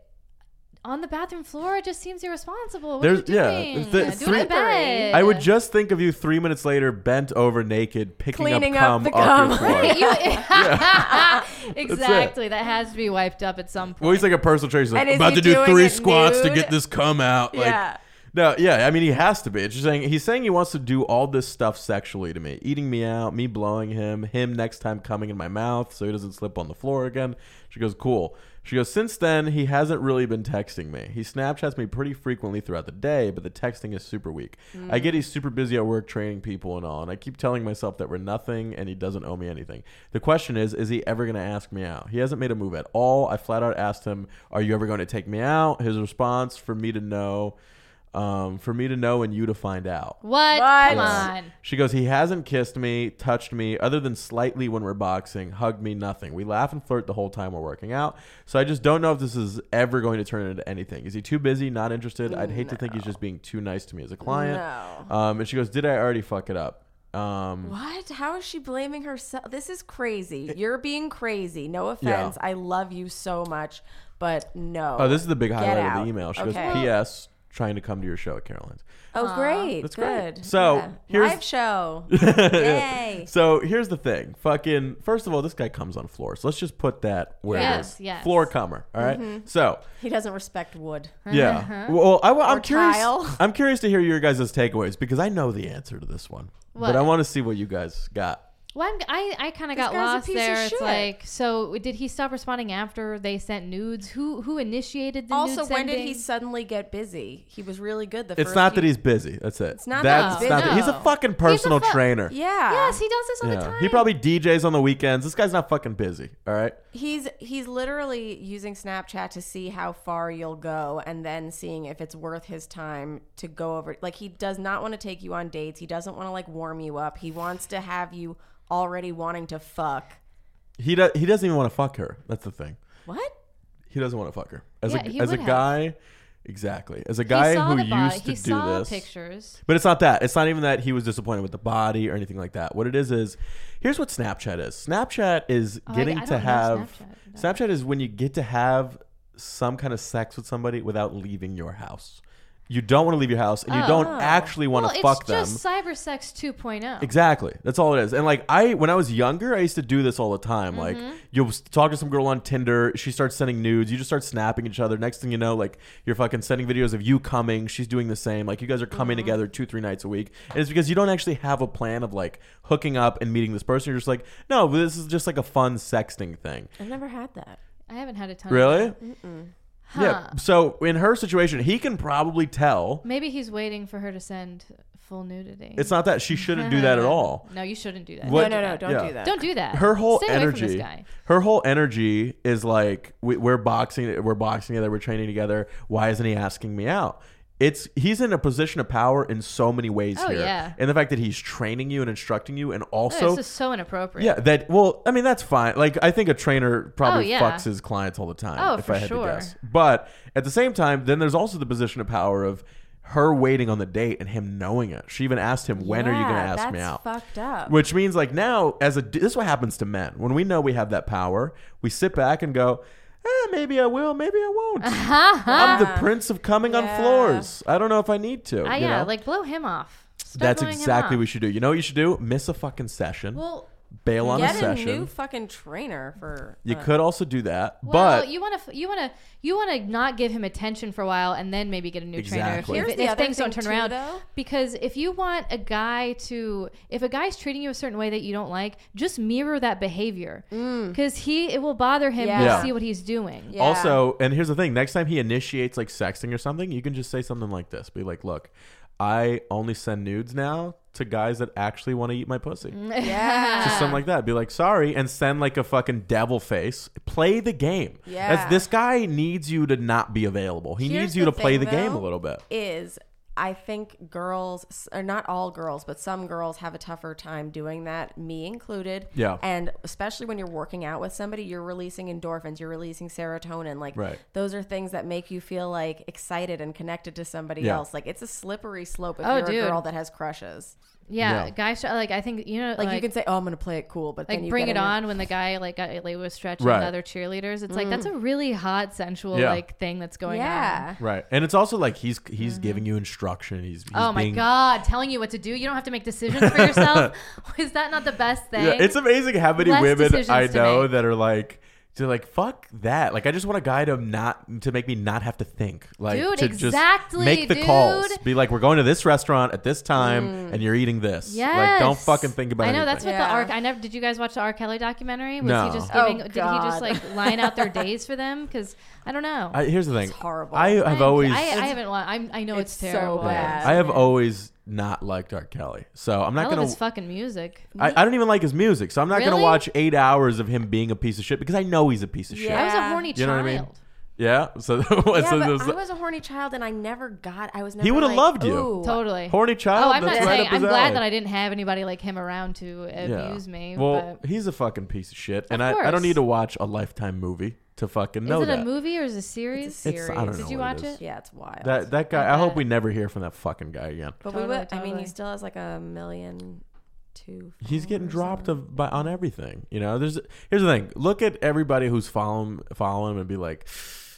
on the bathroom floor, it just seems irresponsible. What There's- are you yeah, the doing? Do it in three- the bed. I would just think of you three minutes later, bent over naked, picking Cleaning up up cum the off cum. your floor. [laughs] You- [laughs] exactly. That has to be wiped up at some point. Well, he's like a personal trainer. He's like, And is about he to do doing three it squats to nude? get this cum out. Like, Yeah. No, yeah. I mean, he has to be. It's just saying he's saying he wants to do all this stuff sexually to me, eating me out, me blowing him, him next time coming in my mouth so he doesn't slip on the floor again. She goes, cool. She goes, since then he hasn't really been texting me. He Snapchats me pretty frequently throughout the day, but the texting is super weak. I get he's super busy at work training people and all, and I keep telling myself that we're nothing and he doesn't owe me anything. The question is, is he ever going to ask me out? He hasn't made a move at all. I flat out asked him, are you ever going to take me out? His response for me to know um, for me to know and you to find out. what? What? Come Yeah. on. She goes, he hasn't kissed me, touched me, other than slightly when we're boxing, hugged me, nothing. We laugh and flirt the whole time we're working out. So I just don't know if this is ever going to turn into anything. Is he too busy, not interested? I'd hate to think he's just being too nice to me as a client. No. Um, and she goes, did I already fuck it up? Um, What? How is she blaming herself? This is crazy. You're being crazy. No offense. I love you so much, but no. oh, this is the big highlight of out. the email. She Okay. goes, P.S. Trying to come to your show at Caroline's. oh, great. That's great. Good. So, here's- [laughs] live show. Yay. So here's the thing. Fucking first of all, this guy comes on floor. So let's just put that where Yes, it is. yes. Mm-hmm. Floor comer. All right? So He doesn't respect wood. yeah. Well, I, am Or curious. tile. [laughs] I'm curious to hear your guys' takeaways because I know the answer to this one, but What? I want to see what you guys got. Well, I'm, I, I kind of got guy's a lost piece of there. It's shit. like, so did he stop responding after they sent nudes? Who who initiated the Also, nude when did he sending? suddenly get busy? He was really good the first It's not that few- he's busy. That's it. It's not that That's he's not busy. that- He's a No. fucking personal fu- trainer. Yeah. Yes, he does this all the Yeah. time. He probably DJs on the weekends. This guy's not fucking busy. All right. He's he's literally using Snapchat to see how far you'll go and then seeing if it's worth his time to go over like he does not want to take you on dates. He doesn't want to like warm you up. He wants to have you already wanting to fuck. He does. He doesn't even want to fuck her. That's the thing. What? He doesn't want to fuck her. As Yeah, he a as a would have. guy, exactly. As a guy saw who the body. used to he do saw this. pictures. But it's not that. It's not even that he was disappointed with the body or anything like that. What it is is, here's what Snapchat is. Snapchat is Oh, I- getting I to don't know have. Snapchat, Snapchat. is when you get to have some kind of sex with somebody without leaving your house. You don't want to leave your house, and you don't actually want Oh. Well, to it's fuck them. just cyber sex 2.0. Exactly. That's all it is. And like I when I was younger, I used to do this all the time. Like you'll s- talk to some girl on Tinder, she starts sending nudes, you just start snapping each other. Next thing you know, like you're fucking sending videos of you coming, she's doing the same. Like you guys are coming together 2-3 nights a week. And it's because you don't actually have a plan of like hooking up and meeting this person. You're just like, "No, this is just like a fun sexting thing." I've never had that. Uh, I haven't had a ton. Really? Yeah. So in her situation, he can probably tell. Maybe he's waiting for her to send full nudity. Uh-huh. It's not that she shouldn't do [laughs] that at all. No, you shouldn't do that. What- no, no, no, don't yeah. do that. Don't do that. Her whole Stay away energy. from this guy. Her whole energy is like we, we're boxing. We're boxing together. We're training together. Why isn't he asking me out? It's he's in a position of power in so many ways Oh, here, yeah. Oh, and the fact that he's training you and instructing you, and also Eh, this is so inappropriate. Yeah, that well, I mean that's fine. Like I think a trainer probably Oh, yeah. fucks his clients all the time. Oh, if for I had sure. to guess. But at the same time, then there's also the position of power of her waiting on the date and him knowing it. She even asked him, "When are you going to Yeah, ask me that's out?" Fucked up. Which means like now, as a this is what happens to men when we know we have that power, we sit back and go. Eh, maybe I will. Maybe I won't. I'm the prince of coming on Yeah. floors. I don't know if I need to. Ah, you yeah, know? like blow him off. Start that's blowing him exactly off. what you should do. You know what you should do? Miss a fucking session. well, bail on get a a, session. new fucking trainer for. [laughs] You uh, could also do that, Well, but you want to you want to you want to not give him attention for a while and then maybe get a new trainer if- Exactly. if, Here's if the other things don't thing turn too, around. though. Because if you want a guy to if a guy's treating you a certain way that you don't like, just mirror that behavior because he it will bother him. Yeah. You'll Yeah. see what he's doing. Mm. Yeah. also, and here's the thing: next time he initiates like sexting or something, you can just say something like this: "Be like, look, I only send nudes now to guys that actually want to eat my pussy." Yeah. Just something like that. Be like, sorry, and send like a fucking devil face. Play the game. Yeah. That's, this guy needs you to not be available. He Here's needs you the to play thing, the game a though. little bit. is I think girls, or not all girls, but some girls have a tougher time doing that, me included. Yeah. And especially when you're working out with somebody, you're releasing endorphins, you're releasing serotonin. Like, Right. those are things that make you feel like excited and connected to somebody Yeah. else. Like, it's a slippery slope if Oh, you're dude. a girl that has crushes. Yeah, Yeah. guys. Like I think you know, Like, you can say, oh, I'm going to play it cool, but then like you bring get it in your- on when the guy like got, like was stretching Right. the other cheerleaders. It's like that's a really hot sensual Yeah. like thing that's going on. Mm. Yeah. Right, and it's also like he's he's giving you instruction. He's, he's Mm-hmm. Oh my being- god, telling you what to do. You don't have to make decisions [laughs] for yourself. [laughs] Is that not the best thing? Yeah, it's amazing how many Less women decisions I to know make. that are like, they're like, fuck that. Like, I just want a guy to not to make me not have to think. Like, Dude, to exactly, just make the dude. Mm. calls. Be like, we're going to this restaurant at this time, and you're eating this. Like, don't Yes. fucking think about. I know anything. that's what Yeah. the R. I never. Did you guys watch the R. Kelly documentary? Was No. he just Oh, giving? did he just God. like line out [laughs] their days for them? Because I don't know. I, here's the thing. horrible. I have I'm- always. I, I haven't. wa- I'm, I know it's, It's so terrible. bad. yeah, I have always not liked R. Kelly, so I'm I not love gonna. his fucking music. I, I don't even like his music, so I'm not gonna Really? watch eight hours of him being a piece of shit because I know he's a piece of I shit. was a Yeah. horny You know what I child. mean? Yeah. So, [laughs] Yeah, so but there's- I was a horny child and I never got, I was never. would've like, loved you. "Ooh." Totally. horny child. oh, I'm not that's right up saying. his I'm glad alley. that I didn't have anybody like him around to Yeah. abuse me. Well, but he's a fucking piece of shit, and I, I course. don't need to watch a lifetime movie to fucking know is it that. a movie or is it a series? It's- It's, I don't Did know you what watch is. it? Yeah, it's wild. That that guy. I I hope bet. we never hear from that fucking guy again. But we Totally, would. I mean, totally. he still has like a million two. He's getting followers dropped now. of, by, on everything. You know, there's here's the thing. Look at everybody who's following following him and be like,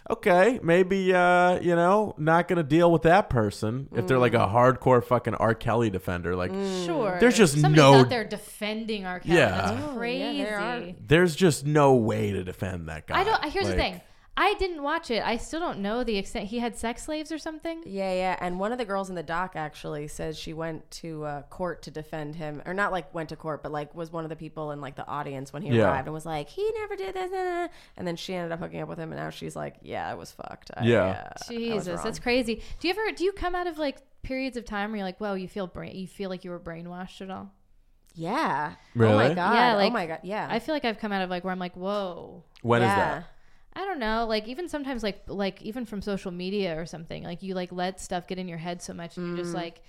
okay, maybe uh, you know, not gonna deal with that person if they're like a Mm. hardcore fucking R. Kelly defender. Like, Sure. There's just Somebody's no- out there defending our Kelly. Yeah. That's Oh, crazy. yeah, there there's just no way to defend that guy. I don't. Here's Like, the thing. I didn't watch it. I still don't know the extent. He had sex slaves or something. Yeah, yeah. And one of the girls in the doc actually says she went to uh, court to defend him, or not like went to court, but like was one of the people in like the audience when he Yeah. arrived and was like, he never did this. nah, nah, nah." And then she ended up hooking up with him, and now she's like, yeah, I was fucked. I, Yeah. uh, I was Jesus, wrong." that's crazy. Do you ever? Do you come out of like periods of time where you're like, whoa, you feel brain, you feel like you were brainwashed at all? yeah. Oh Really? my god. Yeah, like, oh my god. Yeah. I feel like I've come out of like where I'm like, whoa. When is Yeah. that? I don't know, like even sometimes like like even from social media or something, like you like let stuff get in your head so much and you Mm. just like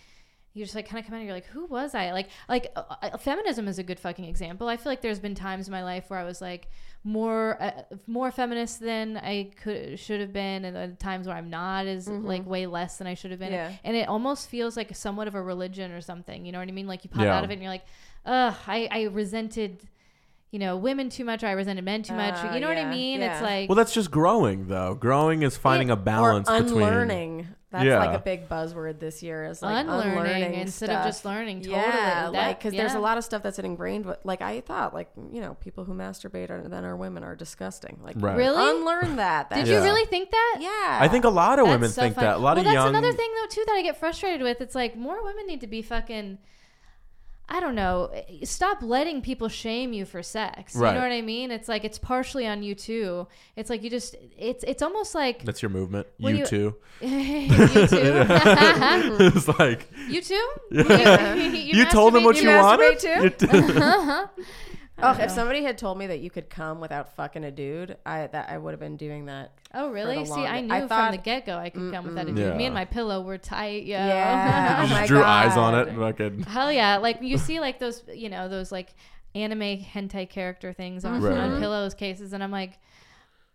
you just like kind of come out and you're like, who was I? Like like uh, uh, feminism is a good fucking example. I feel like there's been times in my life where I was like more uh, more feminist than I could should have been, and uh, times where I'm not is like way less than I should have been. Mm-hmm. Yeah. And it almost feels like somewhat of a religion or something. You know what I mean? Like you pop Yeah. out of it and you're like, ugh, I I resented. You know, women too much. or I resented men too much. Oh, you know what I yeah, mean? It's yeah. like Well, that's just growing, though. Growing is finding a balance or between unlearning. That's Yeah. like a big buzzword this year is like Unlearning unlearning, instead of stuff. just learning, totally. Yeah, That- like because there's yeah. a lot of stuff that's ingrained. With, like I thought, like you know, people who masturbate are, then are women are disgusting. Like Right. Really? unlearn that. That's, Did Yeah. you really think that? Yeah, I think a lot of That's women so think funny. that. A lot well, of that's young. another thing though too that I get frustrated with. It's like more women need to be fucking. I don't know. Stop letting people shame you for sex. You Right. know what I mean? It's like it's partially on you too. It's like you just it's it's almost like That's your movement. When You, you- too. you too. [laughs] it's like [laughs] [laughs] you too? Yeah. You, you, told them masturbate what too? you masturbate wanted. too? You t- Oh, if somebody had told me that you could come without fucking a dude, I that I would have been doing that. Oh really? See, long- I I knew from thought- the get go I could come with that. Yeah. Me and my pillow were tight, yo. Yeah. you [laughs] Oh just my drew eyes on God. it. Fucking. [laughs] Hell yeah! Like you see, like those, you know, those like anime hentai character things on, Right, on right. pillows cases, and I'm like,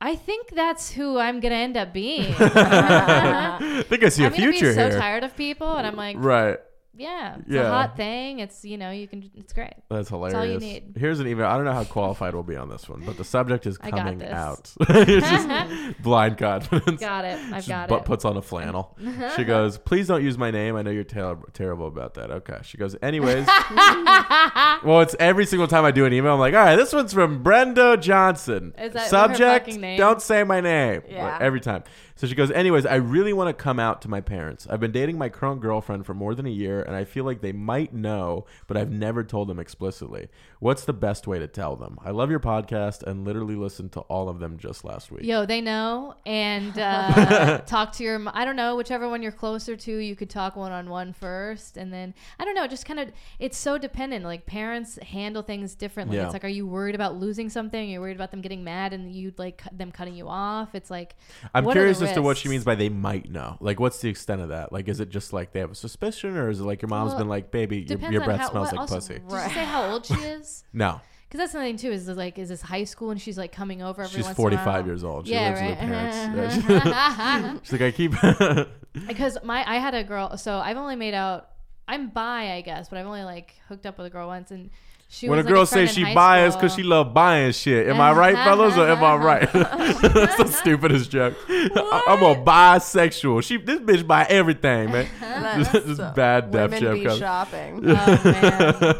I think that's who I'm gonna end [laughs] up being. Uh-huh. I think I see a I'm gonna be future so here. tired of people, and I'm like, Right. yeah, it's a Yeah. hot thing. It's you know, you can, it's great. That's hilarious. all you need. Here's an email. I don't know how qualified we'll be on this one, but the subject is I got coming this. out. [laughs] it's [laughs] just blind confidence. Got it. I've She got butt it. puts on a [laughs] flannel. she goes, "Please don't use my name. I know you're ter- terrible about that." Okay. She goes, [laughs] "Anyways." well, it's every single time I do an email, I'm like, "All right, this one's from Brenda Johnson. Is that her Subject: fucking name? Don't say my name." Like, Yeah. every time. So she goes, "Anyways, I really want to come out to my parents. I've been dating my current girlfriend for more than a year, and I feel like they might know, but I've never told them explicitly. What's the best way to tell them? I love your podcast and literally listened to all of them just last week." Yo, they know, [laughs] and uh, talk to your. I don't know, whichever one you're closer to, you could talk one on one first, and then I don't know. Just kind of, it's so dependent. Like parents handle things differently. Yeah. It's like, are you worried about losing something? You're worried about them getting mad and you like cut- them cutting you off. It's like, I'm what are the curious as to what she means risks? by they might know. Like, what's the extent of that? Like, is it just like they have a suspicion, or is it like your mom's Well, been like, "Baby, your, Depends your on breath how, smells what- like also, pussy"? Did you say how old [laughs] she is? No, Because that's another thing too. Is like, is this high school and she's like coming over every she's once in a 45 while? years old. She Yeah, lives with her parents. [laughs] right. Yeah, she- [laughs] she's like, I keep. Because my I had a girl, so I've only made out. I'm bi, I guess, but I've only like hooked up with a girl once, and she. when a was, girl like, friend says in she high buys because she school. love buying shit, am I right, fellas, or am I right? [laughs] That's [laughs] the stupidest joke. I- I'm a bisexual. She, this bitch buy everything, [laughs] man. [laughs] this is bad Women deaf joke. be comes. shopping. Oh, man.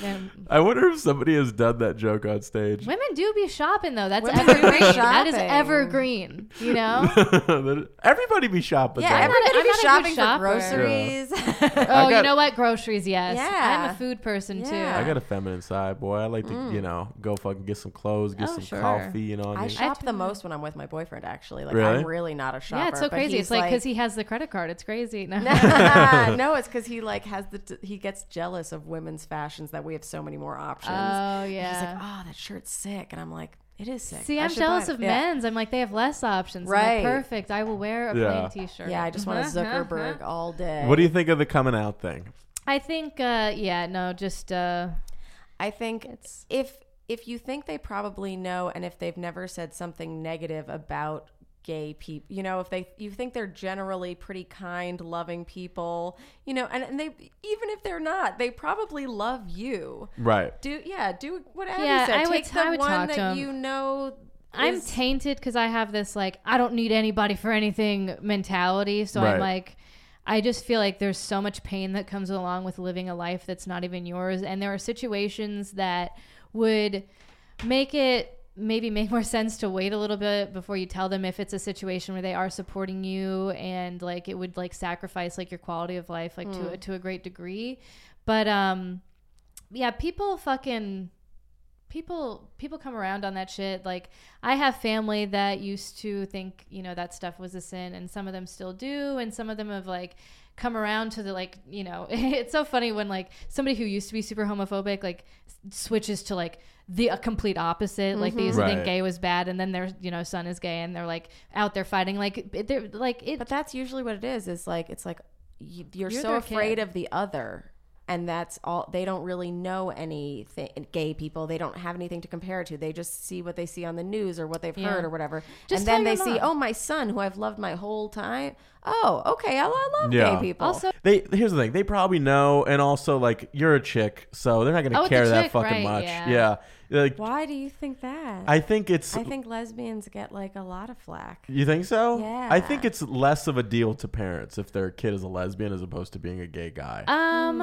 Them- [laughs] I wonder if somebody has done that joke on stage. Women do be shopping though. That's Women do be evergreen. That is shopping. evergreen. You know. [laughs] Everybody be shopping. yeah, though. I'm everybody be not a shopping good for groceries. I [laughs] Oh, you got- know what? Groceries, yes. Yeah. I'm a food person too. Yeah. I got a feminine side, boy. I like to, you know, go fucking get some clothes, get Mm. Oh, some sure. coffee, you know. What I I mean? shop the most when I'm with my boyfriend. Actually, like Really? I'm really not a shopper. yeah, it's so but crazy. he's It's like because he [laughs] has the credit card. It's crazy. No. [laughs] [laughs] no, it's because he like has the t- he gets jealous of women's fashions that we have so many more options. Oh And He's like, yeah. oh, that shirt's sick, and I'm like, it is sick. See, I I'm should buy jealous it." of Yeah. men's. I'm like, they have less options. I'm like, Right. Perfect. I will wear a Yeah. plain t-shirt. Yeah, I just want a Uh-huh, Zuckerberg all day. What do you think of the coming out thing? I think, uh, yeah, no, just uh, I think if if you think they probably know, and if they've never said something negative about gay people, you know, if they you think they're generally pretty kind, loving people, you know, and, and they even if they're not, they probably love you. Right. Do yeah, do what Abby Yeah, said. I would- Take the I would one talk to that 'em. you know. I'm is- tainted because I have this like I don't need anybody for anything mentality. So Right. I'm like, I just feel like there's so much pain that comes along with living a life that's not even yours, and there are situations that would make it maybe make more [laughs] sense to wait a little bit before you tell them if it's a situation where they are supporting you and like it would like sacrifice like your quality of life like to to a great degree but um yeah people fucking people people come around on that shit like i have family that used to think you know that stuff was a sin and some of them still do and some of them have like come around to the like you know [laughs] it's so funny when like somebody who used to be super homophobic like s- switches to like the uh, complete opposite like they used to think Right. gay was bad and then their you know son is gay and they're like out there fighting like it- they're like it But that's usually what it is. Is like it's like you, you're, You're so their afraid kid. of the other, and that's all. They don't really know anything. Gay people, they don't have anything to compare it to. They just see what they see on the news or what they've Yeah. heard or whatever, Just and tell then they your see, mom. oh, my son, who I've loved my whole time. Oh, okay, I, I love Yeah. gay people. also They here's the thing. They probably know, and also like you're a chick, so they're not gonna Oh, it's a care that chick, fucking right, much. yeah. Yeah. Like, why do you think that? I, I think it's. think lesbians get like a lot of flack. you think so? Yeah. I think it's less of a deal to parents if their kid is a lesbian as opposed to being a gay guy. um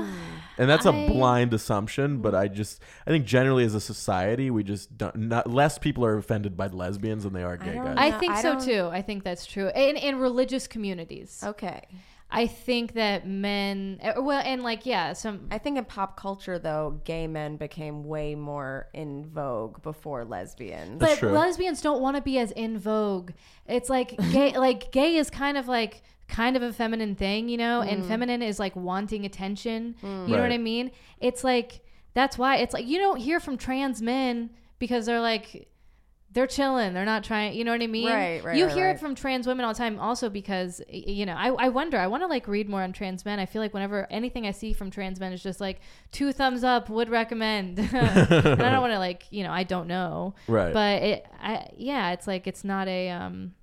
and that's a I- Mm. blind assumption but i just i think generally as a society we just don't not, less people are offended by lesbians than they are gay don't Oh. guys know. I No, think I so don't- too. I think that's true. In in religious communities. Okay, I think that men, uh, well, and like yeah, some I think in pop culture, though, gay men became way more in vogue before lesbians. That's but true. lesbians don't want to be as in vogue. It's like [laughs] gay, like gay is kind of like kind of a feminine thing, you know, Mm. and feminine is like wanting attention. You know what Right. I mean? It's like that's why it's like you don't hear from trans men because they're like they're chilling. They're not trying. You know what I mean? Right, right, You right, hear it right. from trans women all the time, also because y- you know. I, I wonder. I want to like read more on trans men. I feel like whenever anything I see from trans men is just like two thumbs up, would recommend. [laughs] and I don't want to like you know. I don't know. Right. But it, I yeah, it's like it's not a um,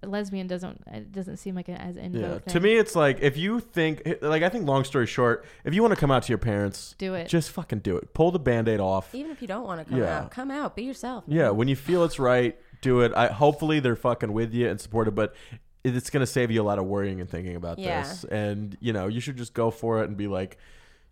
a lesbian doesn't it doesn't seem like an as in Yeah. vogue To thing. me, it's like if you think, eh, like, I think, long story short, if you want to come out to your parents, Do it. Just fucking do it. Pull the band aid off. Even if you don't want to come Yeah. out, come out, be yourself. Yeah. When you feel it's right, do it. I Hopefully, they're fucking with you and supportive, but it- it's going to save you a lot of worrying and thinking about Yeah. this. And, you know, you should just go for it and be like,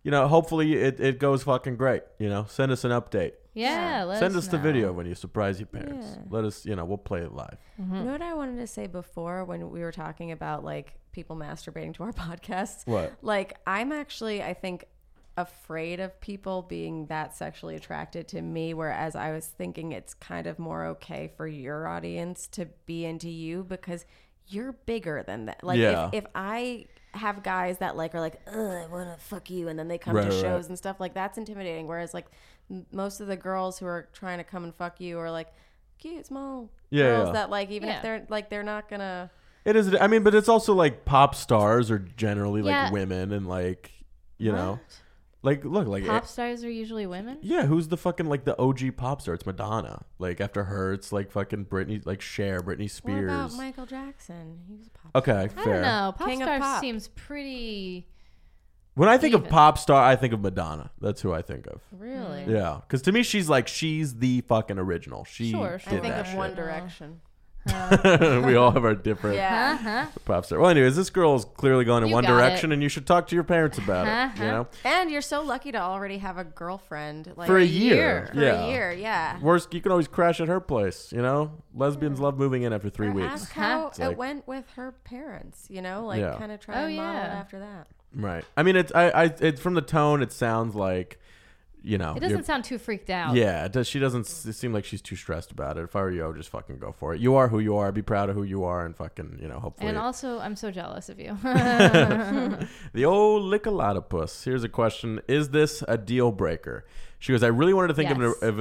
you know, hopefully it, it goes fucking great. You know, send us an update. yeah. let Send us the know. video when you surprise your parents. Yeah. Let us, you know, we'll play it live. You know what I wanted to say before when we were talking about like people masturbating to our [laughs] podcasts? What? Like, I'm actually, I think, afraid of people being that sexually attracted to me, whereas I was thinking it's kind of more okay for your audience to be into you because you're bigger than that. Like, Yeah. if, if I have guys that like are like, Ugh, I want to fuck you, and then they come Right, to right, shows right. and stuff like that's intimidating. Whereas like m- most of the girls who are trying to come and fuck you are like cute small Yeah, girls yeah. that like even Yeah. if they're like they're not gonna It is. I mean, but it's also like pop stars are generally like Yeah. women and like you know, What? like look like eh, Pop stars are usually women. yeah. Who's the fucking like the OG pop star? It's Madonna. Like after her, it's like fucking Britney, like Cher, Britney What about Spears. Michael Jackson? He was a pop. Okay, I fair. don't know. Pop King of stars pop. seems pretty. When I think of Even. pop star, I think of Madonna. That's who I think of. Really? Yeah, because to me, she's like she's the fucking original. She Sure, did I think that of shit. [laughs] One Direction. we all have our [laughs] different Yeah. Uh-huh. pop star. Well, anyways, this girl's clearly going in You one got direction, and you should talk to your parents about it. Uh-huh. You know, And you're so lucky to already have a girlfriend like for a year, For yeah. a year, yeah. Worst, you can always crash at her place. You know, Hmm. lesbians love moving in after three Or Uh-huh. weeks. Ask how It's it like- went with her parents, you know, like Yeah. kind of try Oh, and model it yeah. after that. Right. I mean, it's I, I it's from the tone. It sounds like, you know, It you're- doesn't sound too freaked out. yeah. It does, she doesn't s- seem like she's too stressed about it. If I were you, I would just fucking go for it. You are who you are. Be proud of who you are, and fucking, you know, hopefully. And also, I'm so jealous [laughs] of you. [laughs] the old lickalotopus. Here's a question: Is this a deal breaker? She goes. I really wanted to think Yes. of, an, of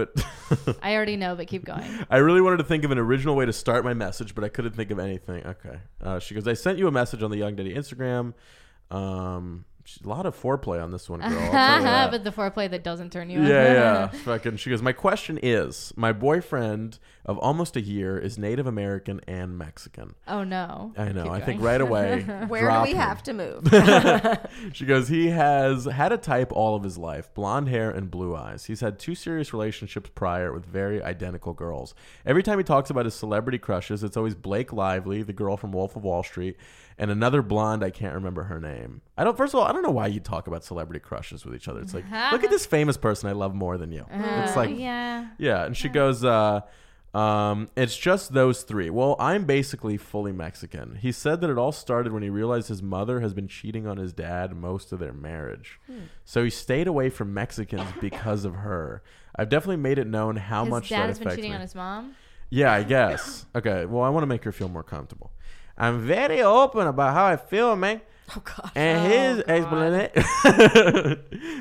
it. [laughs] I already know, but keep going. [laughs] I really wanted to think of an original way to start my message, but I couldn't think of anything. Okay. Uh, she goes, I sent you a message on the Young Daddy Instagram. Um, she- a lot of foreplay on this one, girl. I'll [laughs] tell you that. but the foreplay that doesn't turn you yeah, on. yeah. Fucking. She goes, My question is my boyfriend of almost a year is Native American and Mexican. [laughs] oh no. I know. Keep I think going. right away. [laughs] Where drop do we him. have to [laughs] move? She goes, he has had a type all of his life blonde hair and blue eyes. He's had two serious relationships prior with very identical girls. Every time he talks about his celebrity crushes, it's always Blake Lively, the girl from Wolf of Wall Street, and another blonde, I can't remember her name. I don't, first of all, I don't know why you talk about celebrity crushes with each other. It's like, look at this famous person I love more than you. it's Uh, like, yeah. yeah, and she goes, uh, um, it's just those three. Well, I'm basically fully Mexican. He said that it all started when he realized his mother has been cheating on his dad most of their marriage. Hmm. So he stayed away from Mexicans because of her. I've definitely made it known how His much dad that has been affects cheating me. on [laughs] his mom. Yeah, [laughs] I guess. Okay, well, I want to make her feel more comfortable. I'm very open about how I feel, man. oh god. And his I explanation.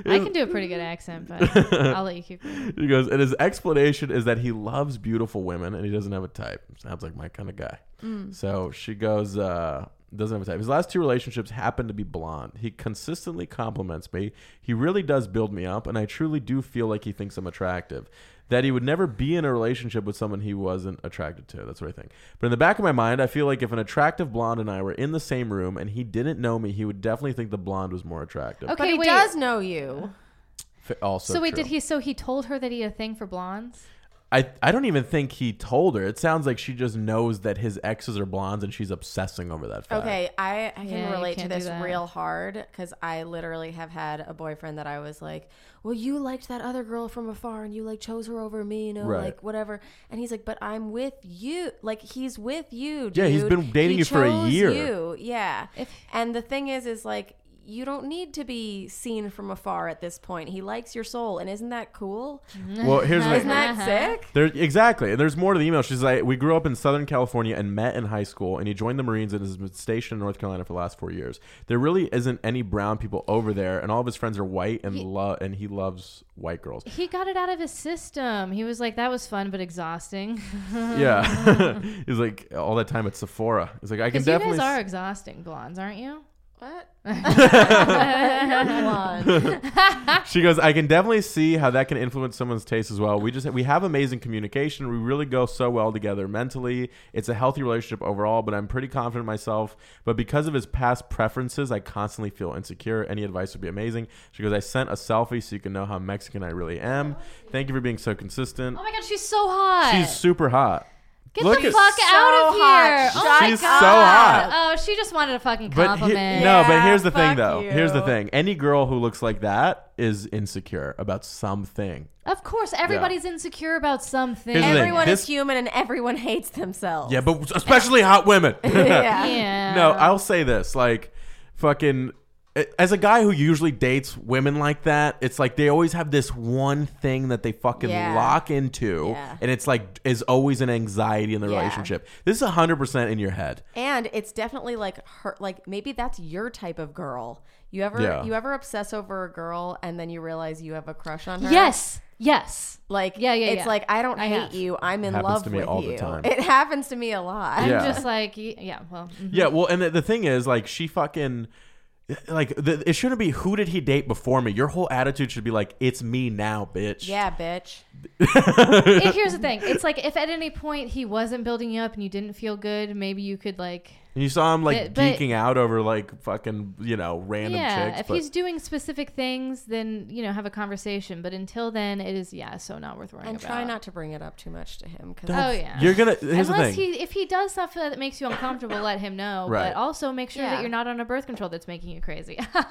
can do a pretty good [laughs] accent, but I'll let you keep going. He goes, and his explanation is that he loves beautiful women and he doesn't have a type. Sounds like my kind of guy. Mm. So she goes, uh, doesn't have a type. His last two relationships happen to be blonde. He consistently compliments me. He really does build me up, and I truly do feel like he thinks I'm attractive. That he would never be in a relationship with someone he wasn't attracted to. That's what I think. But in the back of my mind, I feel like if an attractive blonde and I were in the same room and he didn't know me, he would definitely think the blonde was more attractive. Okay, but he wait. does know you. F- Also, so wait, true. did he? So he told her that he had a thing for blondes. I, I don't even think he told her. It sounds like she just knows that his exes are blondes and she's obsessing over that fact. Okay, I, I can Yeah, you relate to can't do this that. real hard because I literally have had a boyfriend that I was like, "Well, you liked that other girl from afar, and you like chose her over me, you know, Right. like whatever." And he's like, "But I'm with you." Like he's with you. Dude. Yeah, he's been dating He you for a chose year. You. Yeah. If- and the thing is, is like you don't need to be seen from afar at this point. He likes your soul, and isn't that cool? Well, here's the Isn't Uh-huh. that sick? There, exactly. And there's more to the email. She's like, we grew up in Southern California and met in high school, and he joined the Marines and has been stationed in North Carolina for the last four years. There really isn't any brown people over there, and all of his friends are white and love, and he loves white girls. He got it out of his system. He was like, that was fun but exhausting. [laughs] yeah, [laughs] he's like all that time at Sephora. He's like, I can Because you definitely. guys are s- exhausting blondes, aren't you? [laughs] [laughs] What? [laughs] She goes, I can definitely see how that can influence someone's taste as well. We just we have amazing communication. We really go so well together mentally. It's a healthy relationship overall, but I'm pretty confident in myself. But because of his past preferences, I constantly feel insecure. Any advice would be amazing. She goes, I sent a selfie so you can know how Mexican I really am. Thank you for being so consistent. Oh my god, she's so hot. She's super hot. Get look the at- fuck So out of here. hot. Oh my She's so god. hot. Oh, she just wanted a fucking But he- compliment. no, but Yeah, here's the thing fuck though. Here's the you. thing. Any girl who looks like that is insecure about something. Of course, everybody's insecure about something. Here's the thing. Everyone This- is human, and everyone hates themselves. Yeah, but especially hot women. [laughs] [laughs] yeah. yeah. No, I'll say this. Like, fucking. As a guy who usually dates women like that, it's like they always have this one thing that they fucking Yeah. lock into, Yeah. and it's like is always an anxiety in the Yeah. relationship. This is hundred percent in your head. And it's definitely like her like maybe that's your type of girl. You ever Yeah. you ever obsess over a girl and then you realize you have a crush on her? Yes. Yes. Like Yeah, yeah, it's yeah. like I don't I hate have. you. I'm in Happens love to me with all the you. time. [laughs] It happens to me a lot. Yeah. I'm just like, y- yeah, [laughs] well, mhm. Yeah, well, and the, the thing is, like, she fucking. Like the, it shouldn't be who did he date before me. Your whole attitude should be like it's me now, bitch. Yeah, bitch. Eh, here's the thing. It's like if at any point he wasn't building you up and you didn't feel good, maybe you could like, And you saw him like But- but- geeking out over like fucking you know random yeah. chicks. if but- he's doing specific things, then you know have a conversation. But until then, it is yeah, so not worth worrying And about. try not to bring it up too much to him cuz Oh yeah. you're gonna. Here's the thing. [laughs] Unless he, [laughs] if he does something that makes you uncomfortable, let him know. Right. But also make sure Yeah. that you're not on a birth control that's making you crazy. [laughs]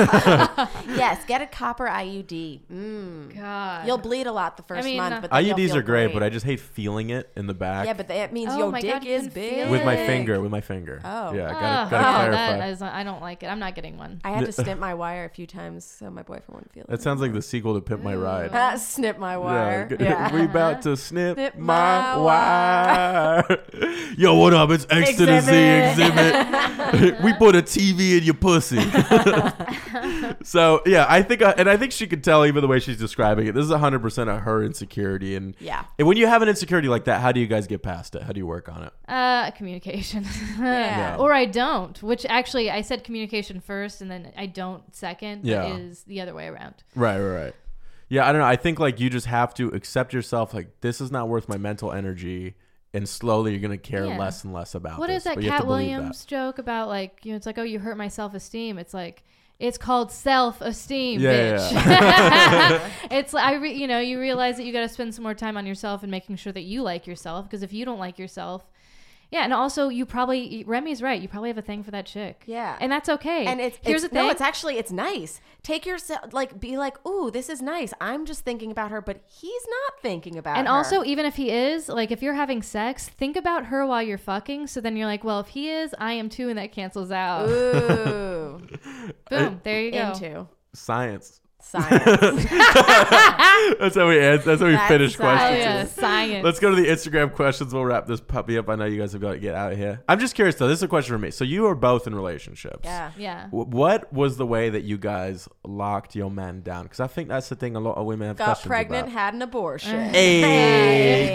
yes, get a copper IUD. Mm. God. You'll bleed a lot the first mean, month, uh, but then you'll IUDs feel are great, great, but I just hate feeling it in the back Yeah, but that means Oh your my dick God, you is can big. feel with my Sick. finger. With my finger. Oh. yeah, Oh, gotta, gotta wow, clarify. [laughs] that is, I don't like it. I'm not getting one. I had to snip my wire a few times so my boyfriend wouldn't feel that it. sounds like the sequel to Pimp My [laughs] Ride. Ah, snip my wire. good. [laughs] Yeah. we about to snip, Snip my, my wire. [laughs] Yo, what up? It's X to the Z exhibit. we put a TV in your pussy. so yeah, I think, uh, and I think she could tell even the way she's describing it. This is hundred percent of her insecurity, and Yeah. And when you have an insecurity like that, how do you guys get past it? How do you work on it? Uh, communication. [laughs] [laughs] Yeah. Or I don't, which actually I said communication first and then I don't second. Yeah. Yeah. Is the other way around. Right, right, right. Yeah, I don't know. I think like you just have to accept yourself. Like this is not worth my mental energy, and slowly you're gonna care Yeah. less and less about. What this, is that but you have Cat to believe that. Williams joke about like, you know, it's like, oh, you hurt my self esteem. It's like, it's called self esteem, Yeah, bitch. [laughs] it's like, I re- you know, you realize that you got to spend some more time on yourself and making sure that you like yourself because if you don't like yourself, yeah, and also you probably Remy's right. You probably have a thing for that chick. Yeah. and that's okay. And it's here's it's, the thing. No, it's actually it's nice. Take yourself like be like, ooh, this is nice. I'm just thinking about her, but he's not thinking about and her. also, even if he is, like, if you're having sex, think about her while you're fucking. So then you're like, well, if he is, I am too, and that cancels out. [laughs] ooh, Boom, there you go. [laughs] into Science. science. That's how we end. That's how we That's finish science. Oh questions. yeah, science. Let's go to the Instagram questions. We'll wrap this puppy up. I know you guys have got to get out of here. I'm just curious though. This is a question for me. So you are both in relationships. yeah. yeah. Wh- What was the way that you guys locked your man down? Because I think that's the thing a lot of women have Got questions pregnant, about. had an Mm. abortion. Hey,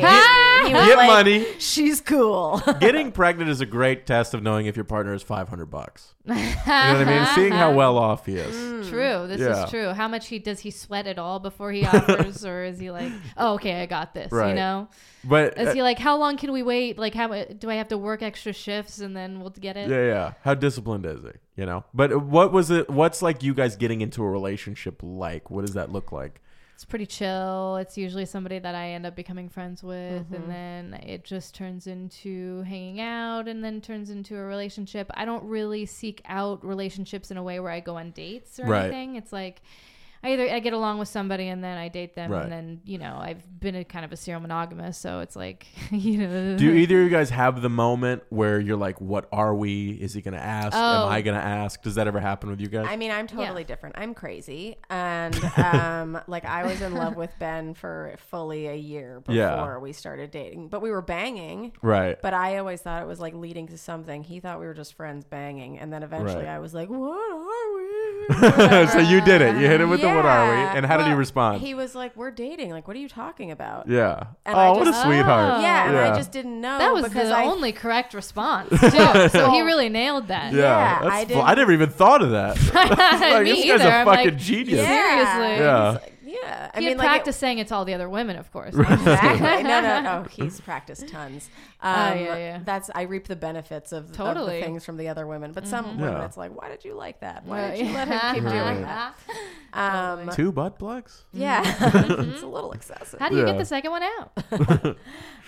He was get like, money. She's [laughs] cool. Getting pregnant is a great test of knowing if your partner is 500 bucks. You know what I mean? Seeing how Uh-huh. well off he Mm. is. True. This Yeah. is true. How much he does he sweat at all before he [laughs] offers, or is he [laughs] like, oh, okay, I got this? Right. You know, But is uh, he like, how long can we wait? Like, how mu- do I have to work extra shifts and then we'll get it? yeah, yeah. How disciplined is he? You know? But what was it? What's like you guys getting into a relationship like? What does that look like? it's pretty chill. It's usually somebody that I end up becoming friends with, Mm-hmm. and then it just turns into hanging out, and then turns into a relationship. I don't really seek out relationships in a way where I go on dates or Right. anything. It's like I either I get along with somebody and then I date them, Right. and then you know I've been a kind of a serial monogamous, so it's like [laughs] you know. Mm-hmm. [laughs] Do either of you guys have the moment where you're like, "What are we? Is he gonna ask? Oh. Am I gonna ask?" Does that ever happen with you guys? I mean, I'm totally different. I'm crazy, and um, [laughs] like I was in love with Ben for fully a year before Yeah. we started dating, but we were banging. [laughs] right. But I always thought it was like leading to something. He thought we were just friends banging, and then eventually Right. I was like, "What are we?" so you did it. You [laughs] hit him with the "What are we?" Yeah. And how did he Well, respond? He was like, "We're dating. Like, what are you talking about?" yeah. And I oh, what a just- sweetheart. Oh. Yeah, and Yeah. I just didn't know That was because the I only correct [laughs] response too. so he really nailed that. Yeah, Oh, Yeah, that's I fl- didn't- I never even thought of that. [laughs] [laughs] like, Me this guy's either. a I'm fucking like, genius. yeah. Seriously. Yeah. He's like, yeah. I he had mean, like, it- practiced saying it to all the other women, of [laughs] course. [laughs] [laughs] exactly. no, no, no. oh, He's practiced tons. Um, Oh, yeah, yeah. That's I reap the benefits of, of the Totally. Mm-hmm. things from the other women, but some women, Yeah. it's like, why did you like that? Why did you let him keep [laughs] Right. doing [laughs] that? Um, Two butt plugs. yeah, [laughs] Mm-hmm. it's a little excessive. How do you Yeah. get the second one out?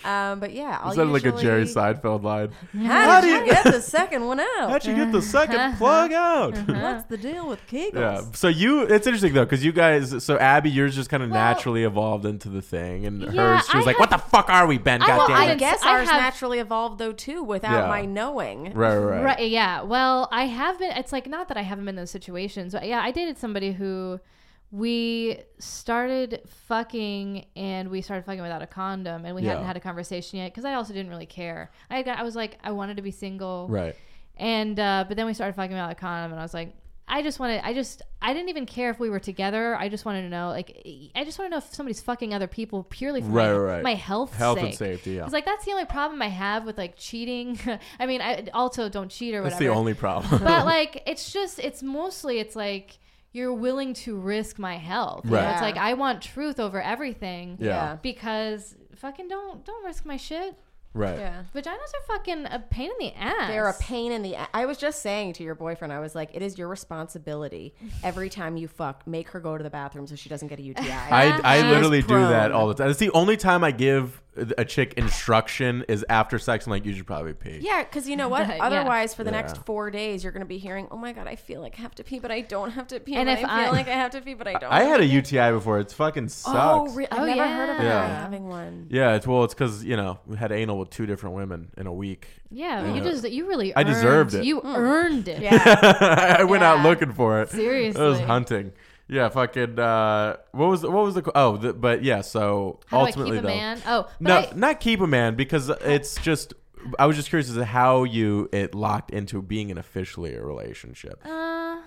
Um, but yeah, I'll Is that like a Jerry usually- Seinfeld line? [laughs] How did you get the second one out? How'd you get the second plug out? What's the deal with Kegels? [laughs] Yeah. So you, it's interesting though, because you guys, so Abby, yours just kind of naturally evolved into the thing, and hers, she I was like, have- "What the fuck are we, Ben? well, God I damn I it!" didn't- guess I ours have- naturally evolved though too, without Yeah. my knowing. Right, right, right. Right. Yeah. Well, I have been. It's like not that I haven't been in those situations, but yeah, I dated somebody who we started fucking and we started fucking without a condom and we Yeah. hadn't had a conversation yet because I also didn't really care. I got, I was like I wanted to be single. Right. And uh, but then we started fucking about the condom, and I was like, I just wanted, I just, I didn't even care if we were together. I just wanted to know, like, I just want to know if somebody's fucking other people purely for Right, my, right. my health, Health and sake. safety, yeah. It's like that's the only problem I have with like cheating. [laughs] I mean, I also don't cheat or That's whatever. the only problem. but like, it's just, it's mostly, it's like you're willing to risk my health. You know, Right. It's like I want truth over everything. [laughs] yeah. Because fucking don't don't risk my shit. Right. Yeah. Vaginas are fucking a pain in the ass. They're a pain in the. I was just saying to your boyfriend, I was like, it is your responsibility every time you fuck, make her go to the bathroom so she doesn't get a [laughs] UTI. I, I She is literally do that prone. all the time. It's the only time I give a chick instruction is after sex. I'm like, you should probably pee. yeah, because you know what? Yeah. Otherwise, for the next Yeah. four days, you're going to be hearing, "Oh my god, I feel like I have to pee, but I don't have to pee, And and, if I I- feel like I have to pee, but I don't." I have had to a pee." UTI before. It's fucking sucks. Oh, really? Oh, I've never heard of a guy yeah. Yeah. having one. Yeah, it's well, it's because you know we had anal with two different women in a week. [laughs] Yeah, Yeah. you just you really I earned, deserved it. You earned it. Yeah. I went out Yeah. looking for it. [laughs] Seriously. I was hunting. Yeah, fucking. Uh, what was what was the oh? The, but yeah, so How ultimately do I keep though, a man? Oh, but no, I- not keep a man because it's just. I was just curious as to how you it locked into being an officially a relationship. uh,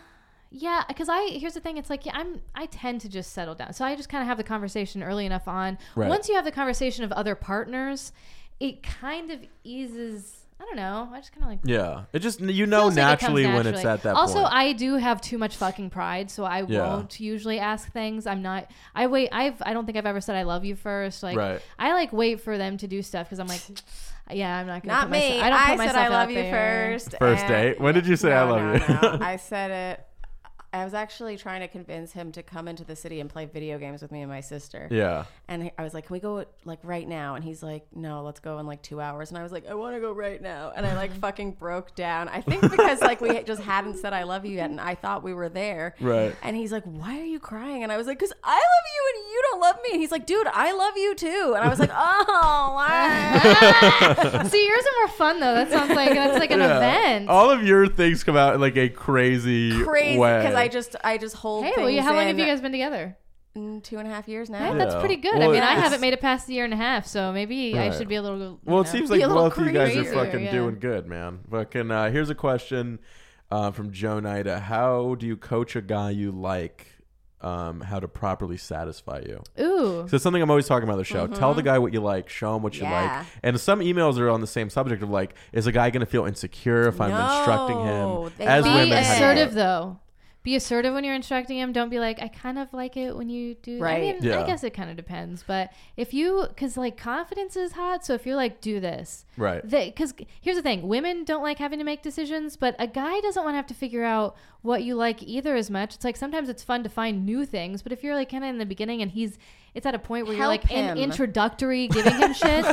yeah, because I here's the thing. It's like yeah, I'm I tend to just settle down, so I just kind of have the conversation early enough on. Right. Once you have the conversation of other partners, it kind of eases. I don't know. I just kind of like. Yeah, it just you know feels like it comes naturally, when it's naturally. at that also, point. I do have too much fucking pride, so I Yeah. won't usually ask things. I'm not. I wait. I've. I don't think I've ever said I love you first. Like Right. I like wait for them to do stuff because I'm like, [sniffs] yeah, I'm not gonna. Not put me. myself- I, I don't put said myself I out love you there. first. First and- date? When did you say, "I No, love no, you"? [laughs] no. I said it. I was actually trying to convince him to come into the city and play video games with me and my sister. yeah, And I was like, "Can we go like right now?" And he's like, "No, let's go in like two hours." And I was like, "I want to go right now." And I [laughs] like fucking broke down. I think because like we just hadn't said "I love you" yet, and I thought we were there. Right. And he's like, "Why are you crying?" And I was like, "Cause I love you, and you don't love me." And he's like, "Dude, I love you too." And I was [laughs] like, "Oh, wow." [laughs] See, yours are more fun though. That sounds like that's like an Yeah. event. All of your things come out in like a crazy, crazy way. because I just I just hold. hey, well, you, things how long have in- you guys been together? Mm, Two and a half years Yeah, now. That's Yeah. pretty good. I Well, mean, I it's- haven't made it past the year and a half, so maybe Right. I should be a little. you Well, it know. seems Be like a little both of you guys are crazier, fucking yeah. doing good, man. Fucking. Uh, here's a question uh, from Joe Nida. How do you coach a guy you like um, how to properly satisfy you? Ooh. So it's something I'm always talking about on the show. Tell the guy what you like. Show him what you Mm-hmm. Yeah. like. And some emails are on the same subject of like, is a guy going to feel insecure if I'm instructing No, him they as love women? Be it. how do you assertive like- though. be assertive when you're instructing him. Don't be like, I kind of like it when you do. I Right. mean, I Yeah. guess it kind of depends. But if you, because like confidence is hot. So if you're like, do this, Right. because here's the thing women don't like having to make decisions but a guy doesn't want to have to figure out what you like either as much it's like sometimes it's fun to find new things but if you're like kind of in the beginning and he's it's at a point where you're Help like an him. introductory giving him [laughs] shit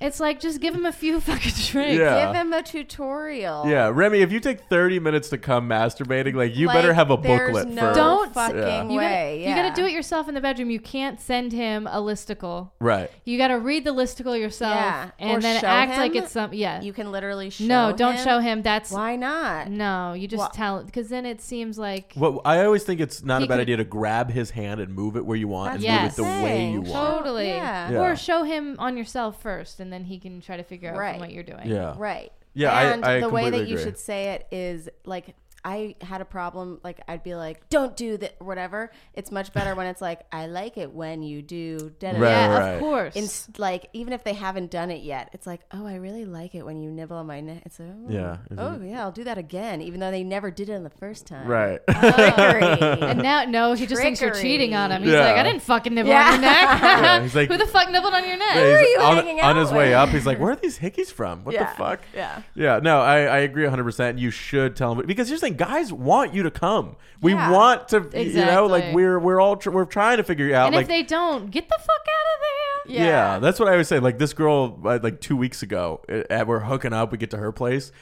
it's like just give him a few fucking drinks Yeah. Give him a tutorial. Yeah, Remy, if you take 30 minutes to come masturbating, like you Like, better have a there's booklet no for Don't- fucking Yeah. You, way. gotta, you gotta do it yourself in the bedroom you can't send him a listicle Right. you gotta read the listicle yourself Yeah. and Or then show act like him. it's some yeah You can literally show no don't him. show him that's Why not? no you just Wha- tell because then it seems like Well, I always think it's not He a bad could- idea to grab his hand and move it where you want and Yes. move it the way you Thanks. want. Totally. Yeah. Yeah. Or show him on yourself first, and then he can try to figure out Right. from what you're doing. Yeah. Oh, Right. Yeah, I- and I the way that completely you agree. should say it is like I had a problem. Like I'd be like, "Don't do that," whatever. It's much better when it's like, "I like it when you do." Da, Right, da, da." Yeah, right, of course. Ins- like even if they haven't done it yet, it's like, "Oh, I really like it when you nibble on my neck." It's like, oh, Yeah. Oh yeah, I'll do that again, even though they never did it on the first time. Mm-hmm. Right. [laughs] [laughs] Trickery. and now, no, he just thinks you're cheating on him. He's Yeah. like, I didn't fucking nibble Yeah. on your neck. [laughs] Yeah, he's like- [laughs] Who the fuck nibbled on your neck? Yeah, he's you on, hanging on out his way with? up, he's like, "Where are these hickeys from? What Yeah, the fuck?" yeah. yeah. No, I, I agree 100. percent You should tell him because here's the thing: guys want you to come. We Yeah. want to, you know, like Exactly. we're we're all tr- we're trying to figure out and like if they don't, get the fuck out of there. Yeah. that's what I always say. Like this girl, uh, like two weeks ago, uh, we're hooking up. We get to her place.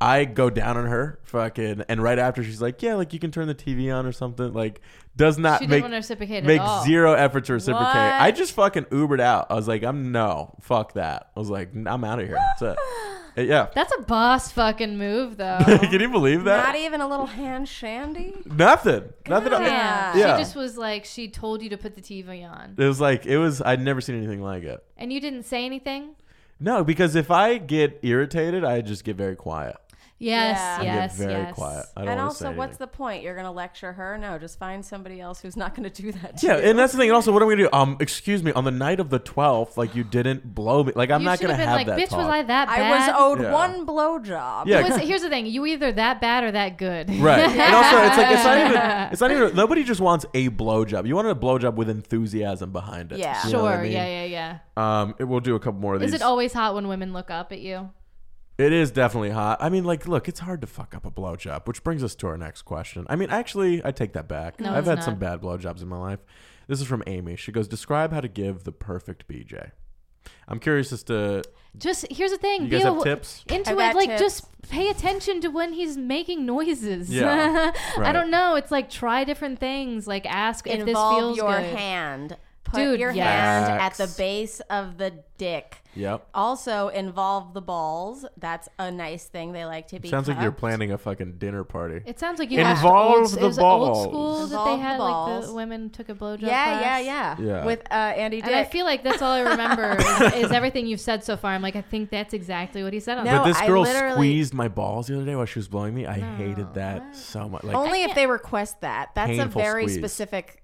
I go down on her, fucking, and right after she's like, "Yeah, like you can turn the TV on or something." Like, does not She didn't make wanna reciprocate at make all. zero effort to reciprocate. What? I just fucking Ubered out. I was like, "I'm no, fuck that." I was like, "I'm out of here." That's it. Uh, yeah. [laughs] That's a boss fucking move, though. Can you believe Not that? even a little hand shandy. e- Nothing. Nothing. yeah. Yeah. She just was like, she told you to put the TV on, It was like it was. I'd never seen anything like it. and you didn't say anything. No, because if I get irritated, I just get very quiet. Yes, Yeah. I I yes, get very yes. quiet. I don't And wanna say also, what's anything. the point? You're gonna lecture her? No, just find somebody else who's not gonna do that. to Yeah, you. and that's the thing. And also, what am I gonna do? Um, excuse me, on the night of the twelfth, like you didn't blow me. Like I'm You not should gonna have been have like, that bitch, talk. was I that [laughs] I bad? was owed Yeah. one blowjob. Yeah. It was- here's the thing: you either that bad or that good. [laughs] right. And also, it's like it's not even. It's not even. Nobody just wants a blowjob. You want a blowjob with enthusiasm behind it. Yeah. You know [laughs] Sure. what I mean? Yeah. Yeah. Yeah. Um, it- we'll do a couple more of these. Is it always hot when women look up at you? It is definitely hot. I mean, like, look, it's hard to fuck up a blowjob, which brings us to our next question. I mean, actually, I take that back. No, I've it's had not. some bad blowjobs in my life. This is from Amy. She goes, "Describe how to give the perfect BJ." I'm curious as to Just here's the thing: you be guys aw- have tips. into I've it. got Like, tips. just pay attention to when he's making noises. Yeah, [laughs] I right. don't know. It's like try different things. Like ask if this Involve feels your good. hand. Put Dude, your yes. hand Facts. at the base of the dick. Yep. Also involve the balls. That's a nice thing. They like to be. Sounds like you're cupped. planning a fucking dinner party. It sounds like you Involve watched old, the it was old balls. school that they Involve the had. Like balls. the women took a blowjob. Yeah, yeah, class. yeah, Yeah. With uh, Andy Dick. And I feel like that's all I [laughs] remember is, is everything you've said so far. I'm like, I think that's exactly what he said on No, But this I girl literally- squeezed my balls the other day while she was blowing me. I hated that so much. Like, only if can't- they request that. That's a Painful very squeeze. specific,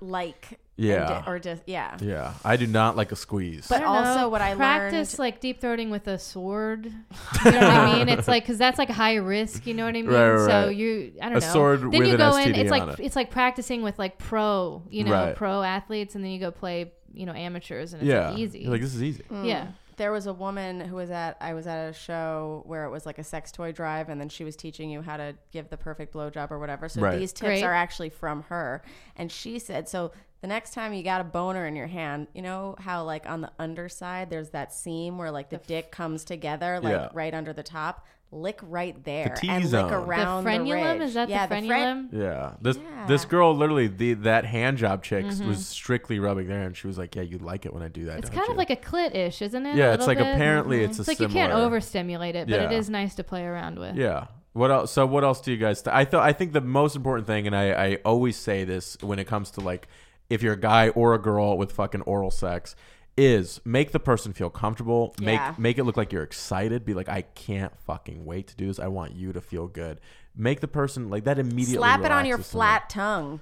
like. and Yeah. di- or just yeah. yeah, I do not like a squeeze. But I don't also know, what I practice like deep throating with a sword. [laughs] You know what I mean? It's like because that's like high risk. You know what I mean? Right, right, so right. you, I A don't know. sword then with you an go in. STD It's on like it. it's like practicing with like pro, you know, Right. pro athletes, and then you go play, you know, amateurs, and it's yeah, like easy. You're like this is easy. Hmm. yeah. There was a woman who was at I was at a show where it was like a sex toy drive, and then she was teaching you how to give the perfect blowjob or whatever. So Right. these tips Great. are actually from her, and she said so. The next time you got a boner in your hand, you know how like on the underside there's that seam where like the dick comes together, like Yeah. right under the top. Lick right there The and T-zone. lick The around the the, frenulum ridge. is that yeah, the fren- frenulum? Yeah, this this girl literally the that hand job chick was strictly rubbing there, and she was like, "Yeah, you like it when I do that." it's don't kind of you?" like a clit-ish, isn't it? yeah, A it's little like bit? apparently it's a It's like similar, you can't overstimulate it, but it Yeah. is nice to play around with. Yeah. What else? So what else do you guys? I thought I think the most important thing, and I I always say this when it comes to like if you're a guy or a girl with fucking oral sex is make the person feel comfortable Yeah. make make it look like you're excited be like i can't fucking wait to do this i want you to feel good make the person like that immediately Slap it on your relaxes someone. flat tongue.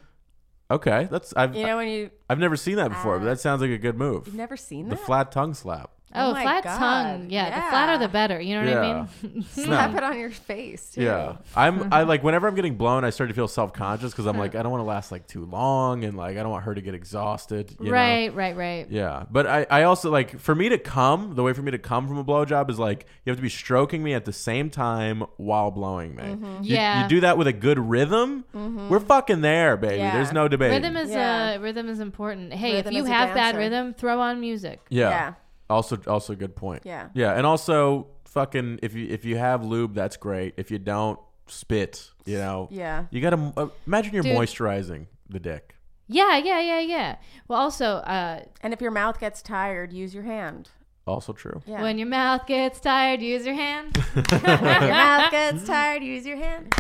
okay that's i've You know when you Ah. I've never seen that before, but that sounds like a good move. you've never seen the that. flat tongue slap. Oh, my flat God. tongue. Yeah, the flatter the Yeah. better. You know what Yeah. I mean? [laughs] Slap it on your face. Too. Yeah, I'm. I like whenever I'm getting blown, I start to feel self conscious because I'm like, I don't want to last like too long, and like I don't want her to get exhausted. You Know? right, right, right. Yeah, but I, I also like for me to come the way for me to come from a blowjob is like you have to be stroking me at the same time while blowing me. You, Mm-hmm. Yeah. Mm-hmm. you do that with a good rhythm. We're fucking there, baby. Yeah. There's no debate. Rhythm is Yeah. uh, rhythm is important. Hey, Rhythm if you is a have bad dancer. rhythm, throw on music. yeah. Yeah. Also, also good point. Yeah. Yeah, and also fucking if you if you have lube, that's great. If you don't, spit. You know. Yeah. You gotta uh, imagine you're Dude. moisturizing the dick. Yeah, yeah, yeah, yeah. Well, also, uh, And if your mouth gets tired, use your hand. Also true. Yeah. [laughs] when [laughs] your mouth gets tired, use your hand. your mouth gets tired, use your hand.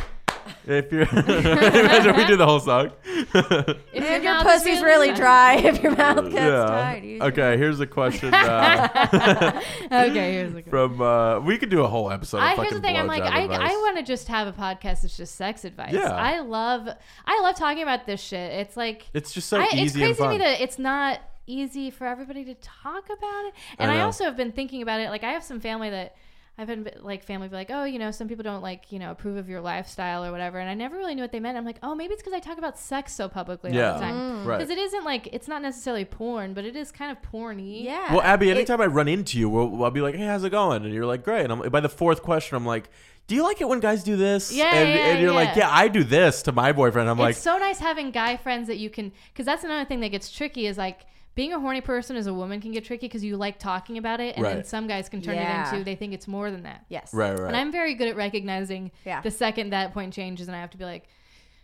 If you're [laughs] imagine we do the whole song. [laughs] If If your mouth is pussy's really [laughs] dry, if your mouth gets tired, use yeah. Okay. Here's a question. Uh, [laughs] [laughs] okay, [laughs] here's the. from uh we could do a whole episode of I, fucking here's the thing. I'm like, blowjob I, advice. I want to just have a podcast that's just sex advice. Yeah. I love, I love talking about this shit. It's like, it's just so I, easy it's crazy and fun to me that it's not easy for everybody to talk about it. And I I, know. also have been thinking about it. Like I have some family that I've been like family be like, oh, you know, some people don't like you know approve of your lifestyle or whatever. And I never really knew what they meant. I'm like, oh, maybe it's because I talk about sex so publicly all Yeah. the time. Mm. Right. Because it isn't like it's not necessarily porn, but it is kind of porny. Yeah. well abby anytime i run into you we'll, i'll be like hey how's it going and you're like great and I'm, by the fourth question i'm like do you like it when guys do this Yeah, and, yeah, and you're like yeah. yeah i do this to my boyfriend i'm like it's so nice having guy friends that you can because that's another thing that gets tricky is like being a horny person as a woman can get tricky because you like talking about it and then Right. some guys can turn Yeah. it into they think it's more than that yes. right right and i'm very good at recognizing Yeah. the second that point changes and i have to be like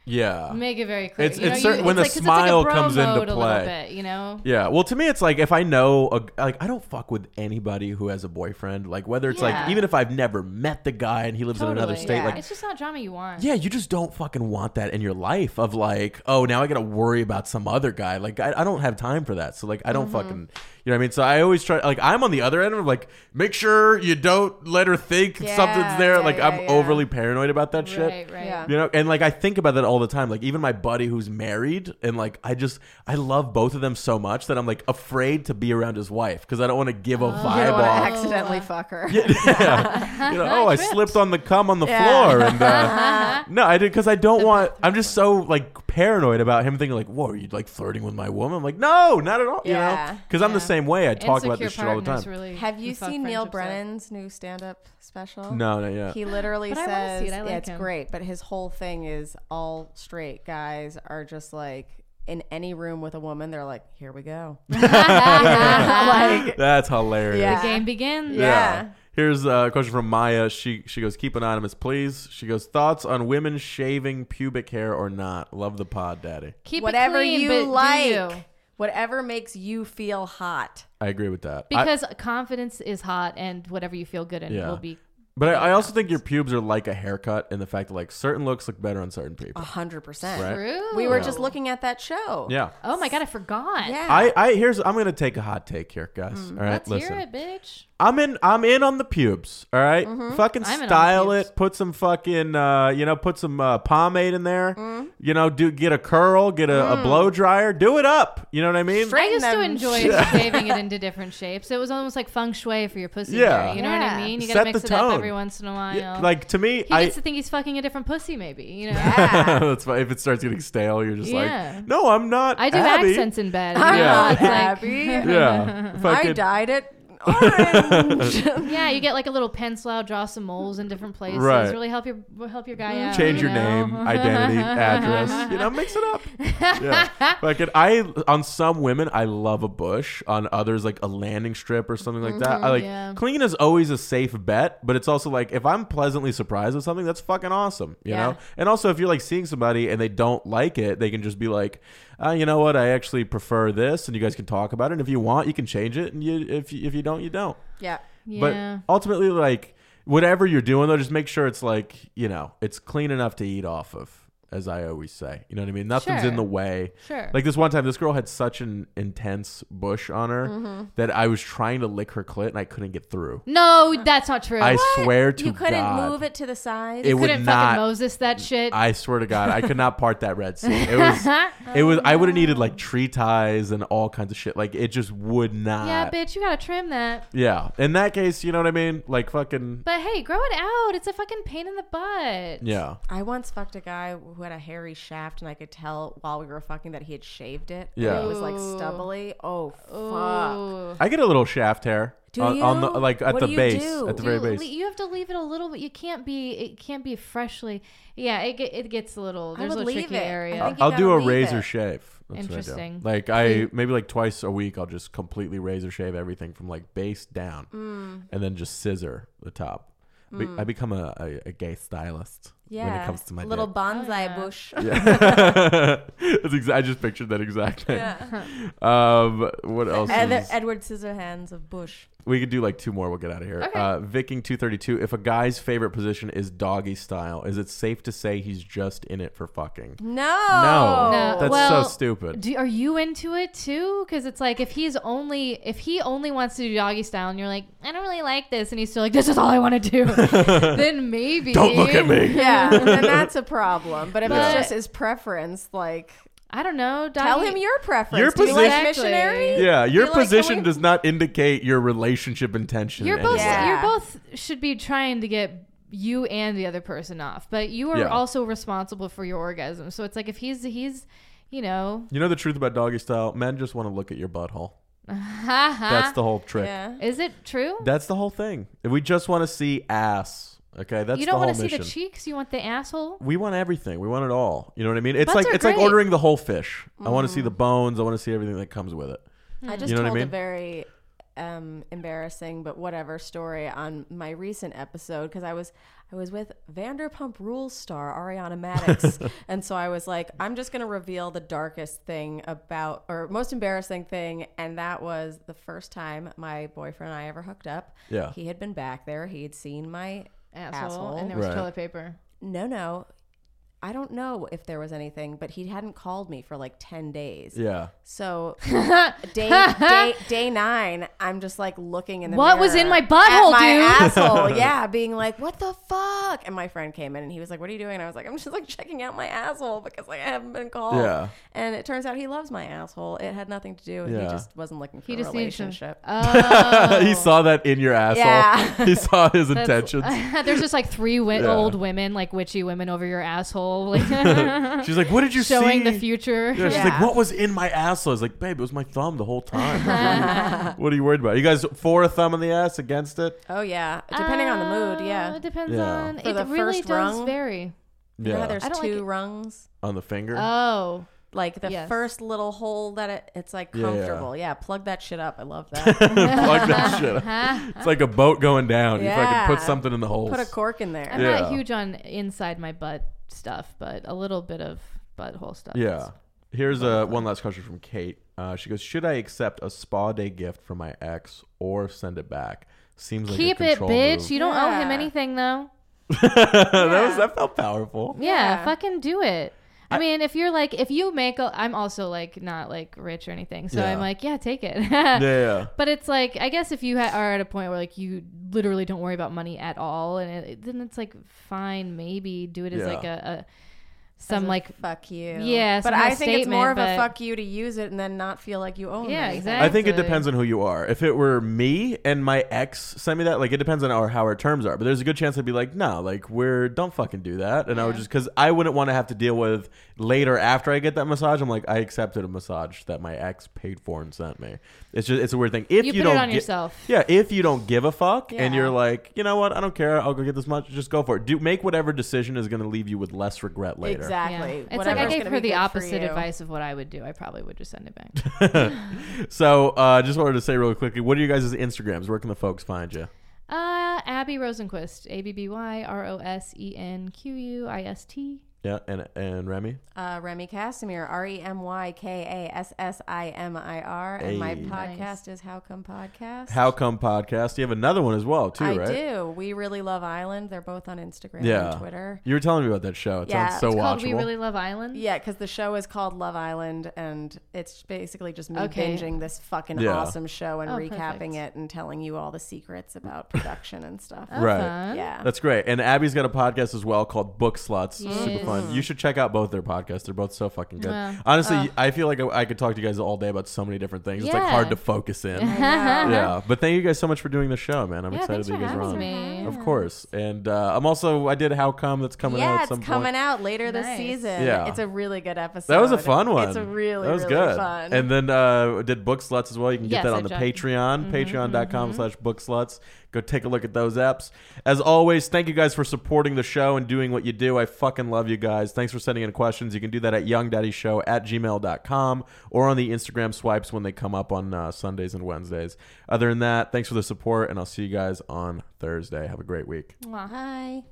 yeah make it very clear It's- it's certain- when the 'cause it's smile bro comes into mode a little play. bit, you know Yeah, well, to me, it's like if I know, a, like, I don't fuck with anybody who has a boyfriend. Like, whether it's Yeah. like, even if I've never met the guy and he lives in another Totally. state, Yeah. like, it's just not drama you want yeah, you just don't fucking want that in your life of like, oh, now I gotta worry about some other guy. Like, I, I don't have time for that. So, like, I don't Mm-hmm. fucking, you know what I mean? So, I always try, like, I'm on the other end of like, make sure you don't let her think Yeah, something's there. yeah, like, yeah, I'm yeah. overly paranoid about that shit. right right Yeah. [laughs] You know, and like I think about that all the time. Like even my buddy who's married, and like I just I love both of them so much that I'm like afraid to be around his wife because I don't want to give a Oh. You vibe don't want to off. [laughs] accidentally fuck her. [laughs] Yeah. You know, oh, I slipped on the cum on the floor, and Uh-huh. uh, no, I did because I don't want. I'm just so like paranoid about him thinking like, "Whoa, are you like flirting with my woman?" I'm like, "No, not at all." You Yeah. know, because I'm the same way. I talk about Insecure this shit all the partners time. really Have you fuck seen friendships Neil up. Brennan's new stand-up special? no, no, yeah. [laughs] He literally But I wanna says see it. I like yeah, it's him. great, but his whole thing is all straight guys are just like in any room with a woman, they're like, "Here we go." like, That's hilarious. [laughs] Yeah. the game begins Yeah. Here's a question from Maya. She she goes, keep anonymous, please. She goes, thoughts on women shaving pubic hair or not? Love the pod, daddy. keep whatever it clean, but you do like, you. whatever makes you feel hot. I agree with that. I- Because confidence is hot, and whatever you feel good in Yeah. will be. but I, I also think your pubes are like a haircut in the fact that like certain looks look better on certain people. A hundred percent. Right. True. We were just looking at that show. Yeah. Oh my god, I forgot. Yeah. [laughs] I, I here's I'm gonna take a hot take here, guys. all right, Mm, Let's listen. hear it, bitch. I'm in. I'm in on the pubes. All right? fucking Mm-hmm. I'm in on the style pubes. it. Put some fucking, uh, you know, put some uh, pomade in there. Mm. You know, do get a curl, get a, a blow dryer, do it up. You know what I mean? I used to [laughs] them. enjoy shaving it into different shapes. It was almost like feng shui for your pussy. Yeah. hair, you know what I Yeah. mean. You Set gotta the mix it up tone. every once in a while. Yeah, like to me, he I [laughs] gets to think he's fucking a different pussy, maybe. You know. that's fine. If it starts getting stale, you're just Yeah. like, no, I'm not. I do Abby. accents in bed. [laughs] you I'm Yeah. know? not It's like- [laughs] happy. Yeah, I fucking. [laughs] dyed it orange. yeah, you get like a little pencil out, draw some moles in different places. Right. Really help your help your guy out. Change you your know? name, identity, address. You know, mix it up. [laughs] Yeah. Fucking, I on some women I love a bush. On others, like a landing strip or something like that. I like Mm-hmm, yeah. clean is always a safe bet, but it's also like if I'm pleasantly surprised with something, that's fucking awesome. You Yeah. know. And also, if you're like seeing somebody and they don't like it, they can just be like, uh, you know what, I actually prefer this, and you guys can talk about it. And if you want, you can change it. And you, if you, if you don't, you don't. yeah. Yeah. But ultimately, like whatever you're doing, though, just make sure it's like you know it's clean enough to eat off of. as I always say. You know what I mean? Nothing's Sure. in the way. Sure. Like this one time, this girl had such an intense bush on her that I was trying to lick her clit and I couldn't get through. no, that's not true. I swear to you couldn't God, move it to the side. it would couldn't not. fucking Moses that shit. I swear to God, I could not part that Red Sea. It was, it was. I would have needed like tree ties and all kinds of shit. Like it just would not. yeah, bitch, you gotta trim that. Yeah. In that case, you know what I mean? Like fucking. But hey, grow it out. It's a fucking pain in the butt. Yeah. I once fucked a guy who had a hairy shaft, and I could tell while we were fucking that he had shaved it. And Yeah. it was like Ooh. stubbly. Oh fuck! Ooh. I get a little shaft hair Do on, on the you? like at What the do you base, do? at the Do very you, base. le- you have to leave it a little bit. You can't be. It can't be freshly. Yeah, it ge- it gets a little. I There's a would little leave tricky it. I area. think you I'll do gotta a leave razor it. shave. That's what I do. Interesting. Like I maybe like twice a week, I'll just completely razor shave everything from like base down, Mm. and then just scissor the top. Be- I become a, a, a gay stylist Yeah, when it comes to my little dick. bonsai [laughs] Oh, bush. [laughs] yeah. That's exa- I just pictured that exact thing. [laughs] Um, what else? Ed- is- Edward Scissorhands of bush. We could do like two more. We'll get out of here. Okay. Uh, Viking two thirty two. If a guy's favorite position is doggy style, is it safe to say he's just in it for fucking? No, No, No. that's Well, so stupid. Do, are you into it too? Because it's like if he's only if he only wants to do doggy style, and you're like, I don't really like this, and he's still like, this is all I want [laughs] to do. then maybe Don't look at me. Yeah, then that's a problem. But if But- it's just his preference, like I don't know. Doggy, tell him your preference. Your Do you like position- [laughs] missionary? Yeah, your like, can position we- does not indicate your relationship intention. You're in both any way. Yeah. you're both should be trying to get you and the other person off, but you are Yeah. also responsible for your orgasm. So it's like if he's he's you know, [laughs] You know the truth about doggy style? Men just want to look at your butthole. ha ha. That's the whole trick. Yeah. Is it true? That's the whole thing. We just want to see ass. Okay, that's you don't the whole want to see mission. the cheeks. You want the asshole. we want everything. We want it all. You know what I mean? It's Butts like are it's like great. Mm. ordering the whole fish. I want to see the bones. I want to see everything that comes with it. I just You know what I told mean? a very um, embarrassing but whatever story on my recent episode because I was I was with Vanderpump Rules star [laughs] Ariana Maddox, and so I was like, I'm just gonna reveal the darkest thing about or most embarrassing thing, and that was the first time my boyfriend and I ever hooked up. Yeah. he had been back there. He had seen my Asshole. Asshole. And there was Right. toilet paper. no no. I don't know if there was anything, but he hadn't called me for like 10 days. Yeah. [laughs] So day, day day nine, I'm just like looking in the What was mirror in my butthole, at my dude? asshole. [laughs] Yeah, being like, what the fuck? And my friend came in and he was like, what are you doing? And I was like, I'm just like checking out my asshole because like I haven't been called. Yeah. And it turns out he loves my asshole. It had nothing to do. Yeah. He just wasn't looking for He a just needs some. relationship. [laughs] Oh. [laughs] he saw that in your asshole. Yeah. he saw his [laughs] That's- intentions. There's just like three wi- Yeah. old women, like witchy women, over your asshole, like [laughs] She's like, "What did you showing see?" the future. Yeah, she's like, Yeah. "What was in my asshole?" I was like, "Babe, it was my thumb the whole time." [laughs] what are you worried about? You guys for a thumb in the ass against it? oh yeah, depending on the mood. Uh, Yeah. it depends Yeah. on. For it the really first does rung? vary. You know how Yeah, there's I don't like two it. rungs. on the finger. Oh, Like the Yes. first little hole that it, it's like Yeah, yeah. comfortable. yeah, plug that shit up. I love [laughs] [laughs] that. Plug [laughs] that shit. up. It's like a boat going down. You Yeah. fucking put something in the holes. Put a cork in there. I'm Yeah. not huge on inside my butt stuff, but a little bit of butthole stuff. is- Yeah. Here's Uh-huh. uh, one last question from Kate. Uh, she goes, "Should I accept a spa day gift from my ex or send it back?" Seems like Keep a it, control bitch. [laughs] move. You don't owe him Yeah. anything though. that was that felt powerful. Yeah, Yeah. fucking do it. I, mean, if you're like, if you make, a, I'm also like not like rich or anything, so Yeah. I'm like, yeah, take it. [laughs] Yeah. But it's like, I guess if you ha- are at a point where like you literally don't worry about money at all, and it, then it's like fine, maybe do it as Yeah. like a, a some As a like fuck you. Yeah, some but kind I of think it's more of statement, a but- fuck you to use it and then not feel like you own. Yeah, anything. exactly. I think it depends on who you are. If it were me and my ex sent me that, like it depends on our, how our terms are. But there's a good chance I'd be like, no, like we're don't fucking do that. And I would just because I wouldn't want to have to deal with later after I get that massage. I'm like, I accepted a massage that my ex paid for and sent me. It's just it's a weird thing. If You you, put it don't on gi- yourself. yeah. If you don't give a fuck and Yeah. you're like, you know what, I don't care. I'll go get this much. Just go for it. Do make whatever decision is going to leave you with less regret later. Yeah. Exactly. It's like I Whatever's gave gonna her the be good for opposite you. advice of what I would do. I probably would just send it back. So uh, just wanted to say really quickly, what are you guys' Instagrams? Where can the folks find you? uh, Abby Rosenquist, A B B Y R O S E N Q U I S T. Yeah, and and Remy. Uh, Remy Casimir, R E M Y K A S S I M I R, and my Hey. podcast Nice. is How Come Podcast. How come podcast? You have another one as well, too, I right? do. We really love Island. They're both on Instagram Yeah. and Twitter. You were telling me about that show. It Yeah, sounds so it's Called watchable. We Really Love Island. Yeah, because the show is called Love Island, and it's basically just me Okay. binging this fucking Yeah. awesome show and Oh, recapping perfect. it and telling you all the [laughs] secrets about production and stuff. That's Right. fun. Yeah. That's great. And Abby's got a podcast as well called Book Sluts. Super Yes. fun. You should check out both their podcasts. They're both so fucking good. Wow. Honestly, uh. I feel like I, I could talk to you guys all day about so many different things. It's like Yeah. hard to focus in. [laughs] yeah. But thank you guys so much for doing the show, man. I'm Yeah, excited thanks that for you guys are having on. me. Of course. And uh, I'm also, I did How Come that's coming out yeah, at it's some coming point. out later this Nice. season. Yeah. It's a really good episode. That was a fun one. It's a really, that was really good. fun. And then uh, did Book Sluts as well. You can get Yes, that I on the checked. Patreon, Mm-hmm, patreon.com slash Book Sluts. Go take a look at those apps. As always, thank you guys for supporting the show and doing what you do. I fucking love you guys. Thanks for sending in questions. You can do that at youngdaddyshow at gmail.com or on the Instagram swipes when they come up on uh, Sundays and Wednesdays. Other than that, thanks for the support, and I'll see you guys on Thursday. Have a great week. Mwah. Hi.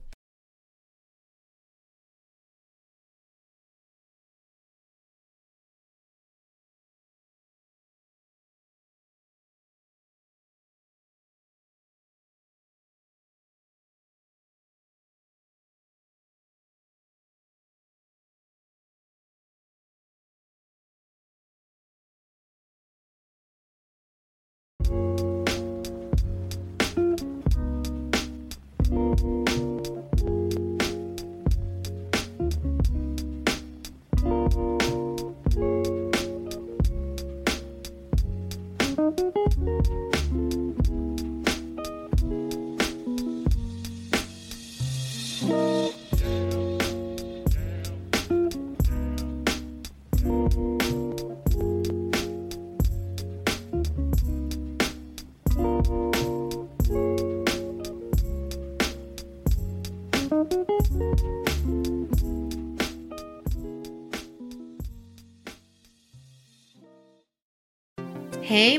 Hey,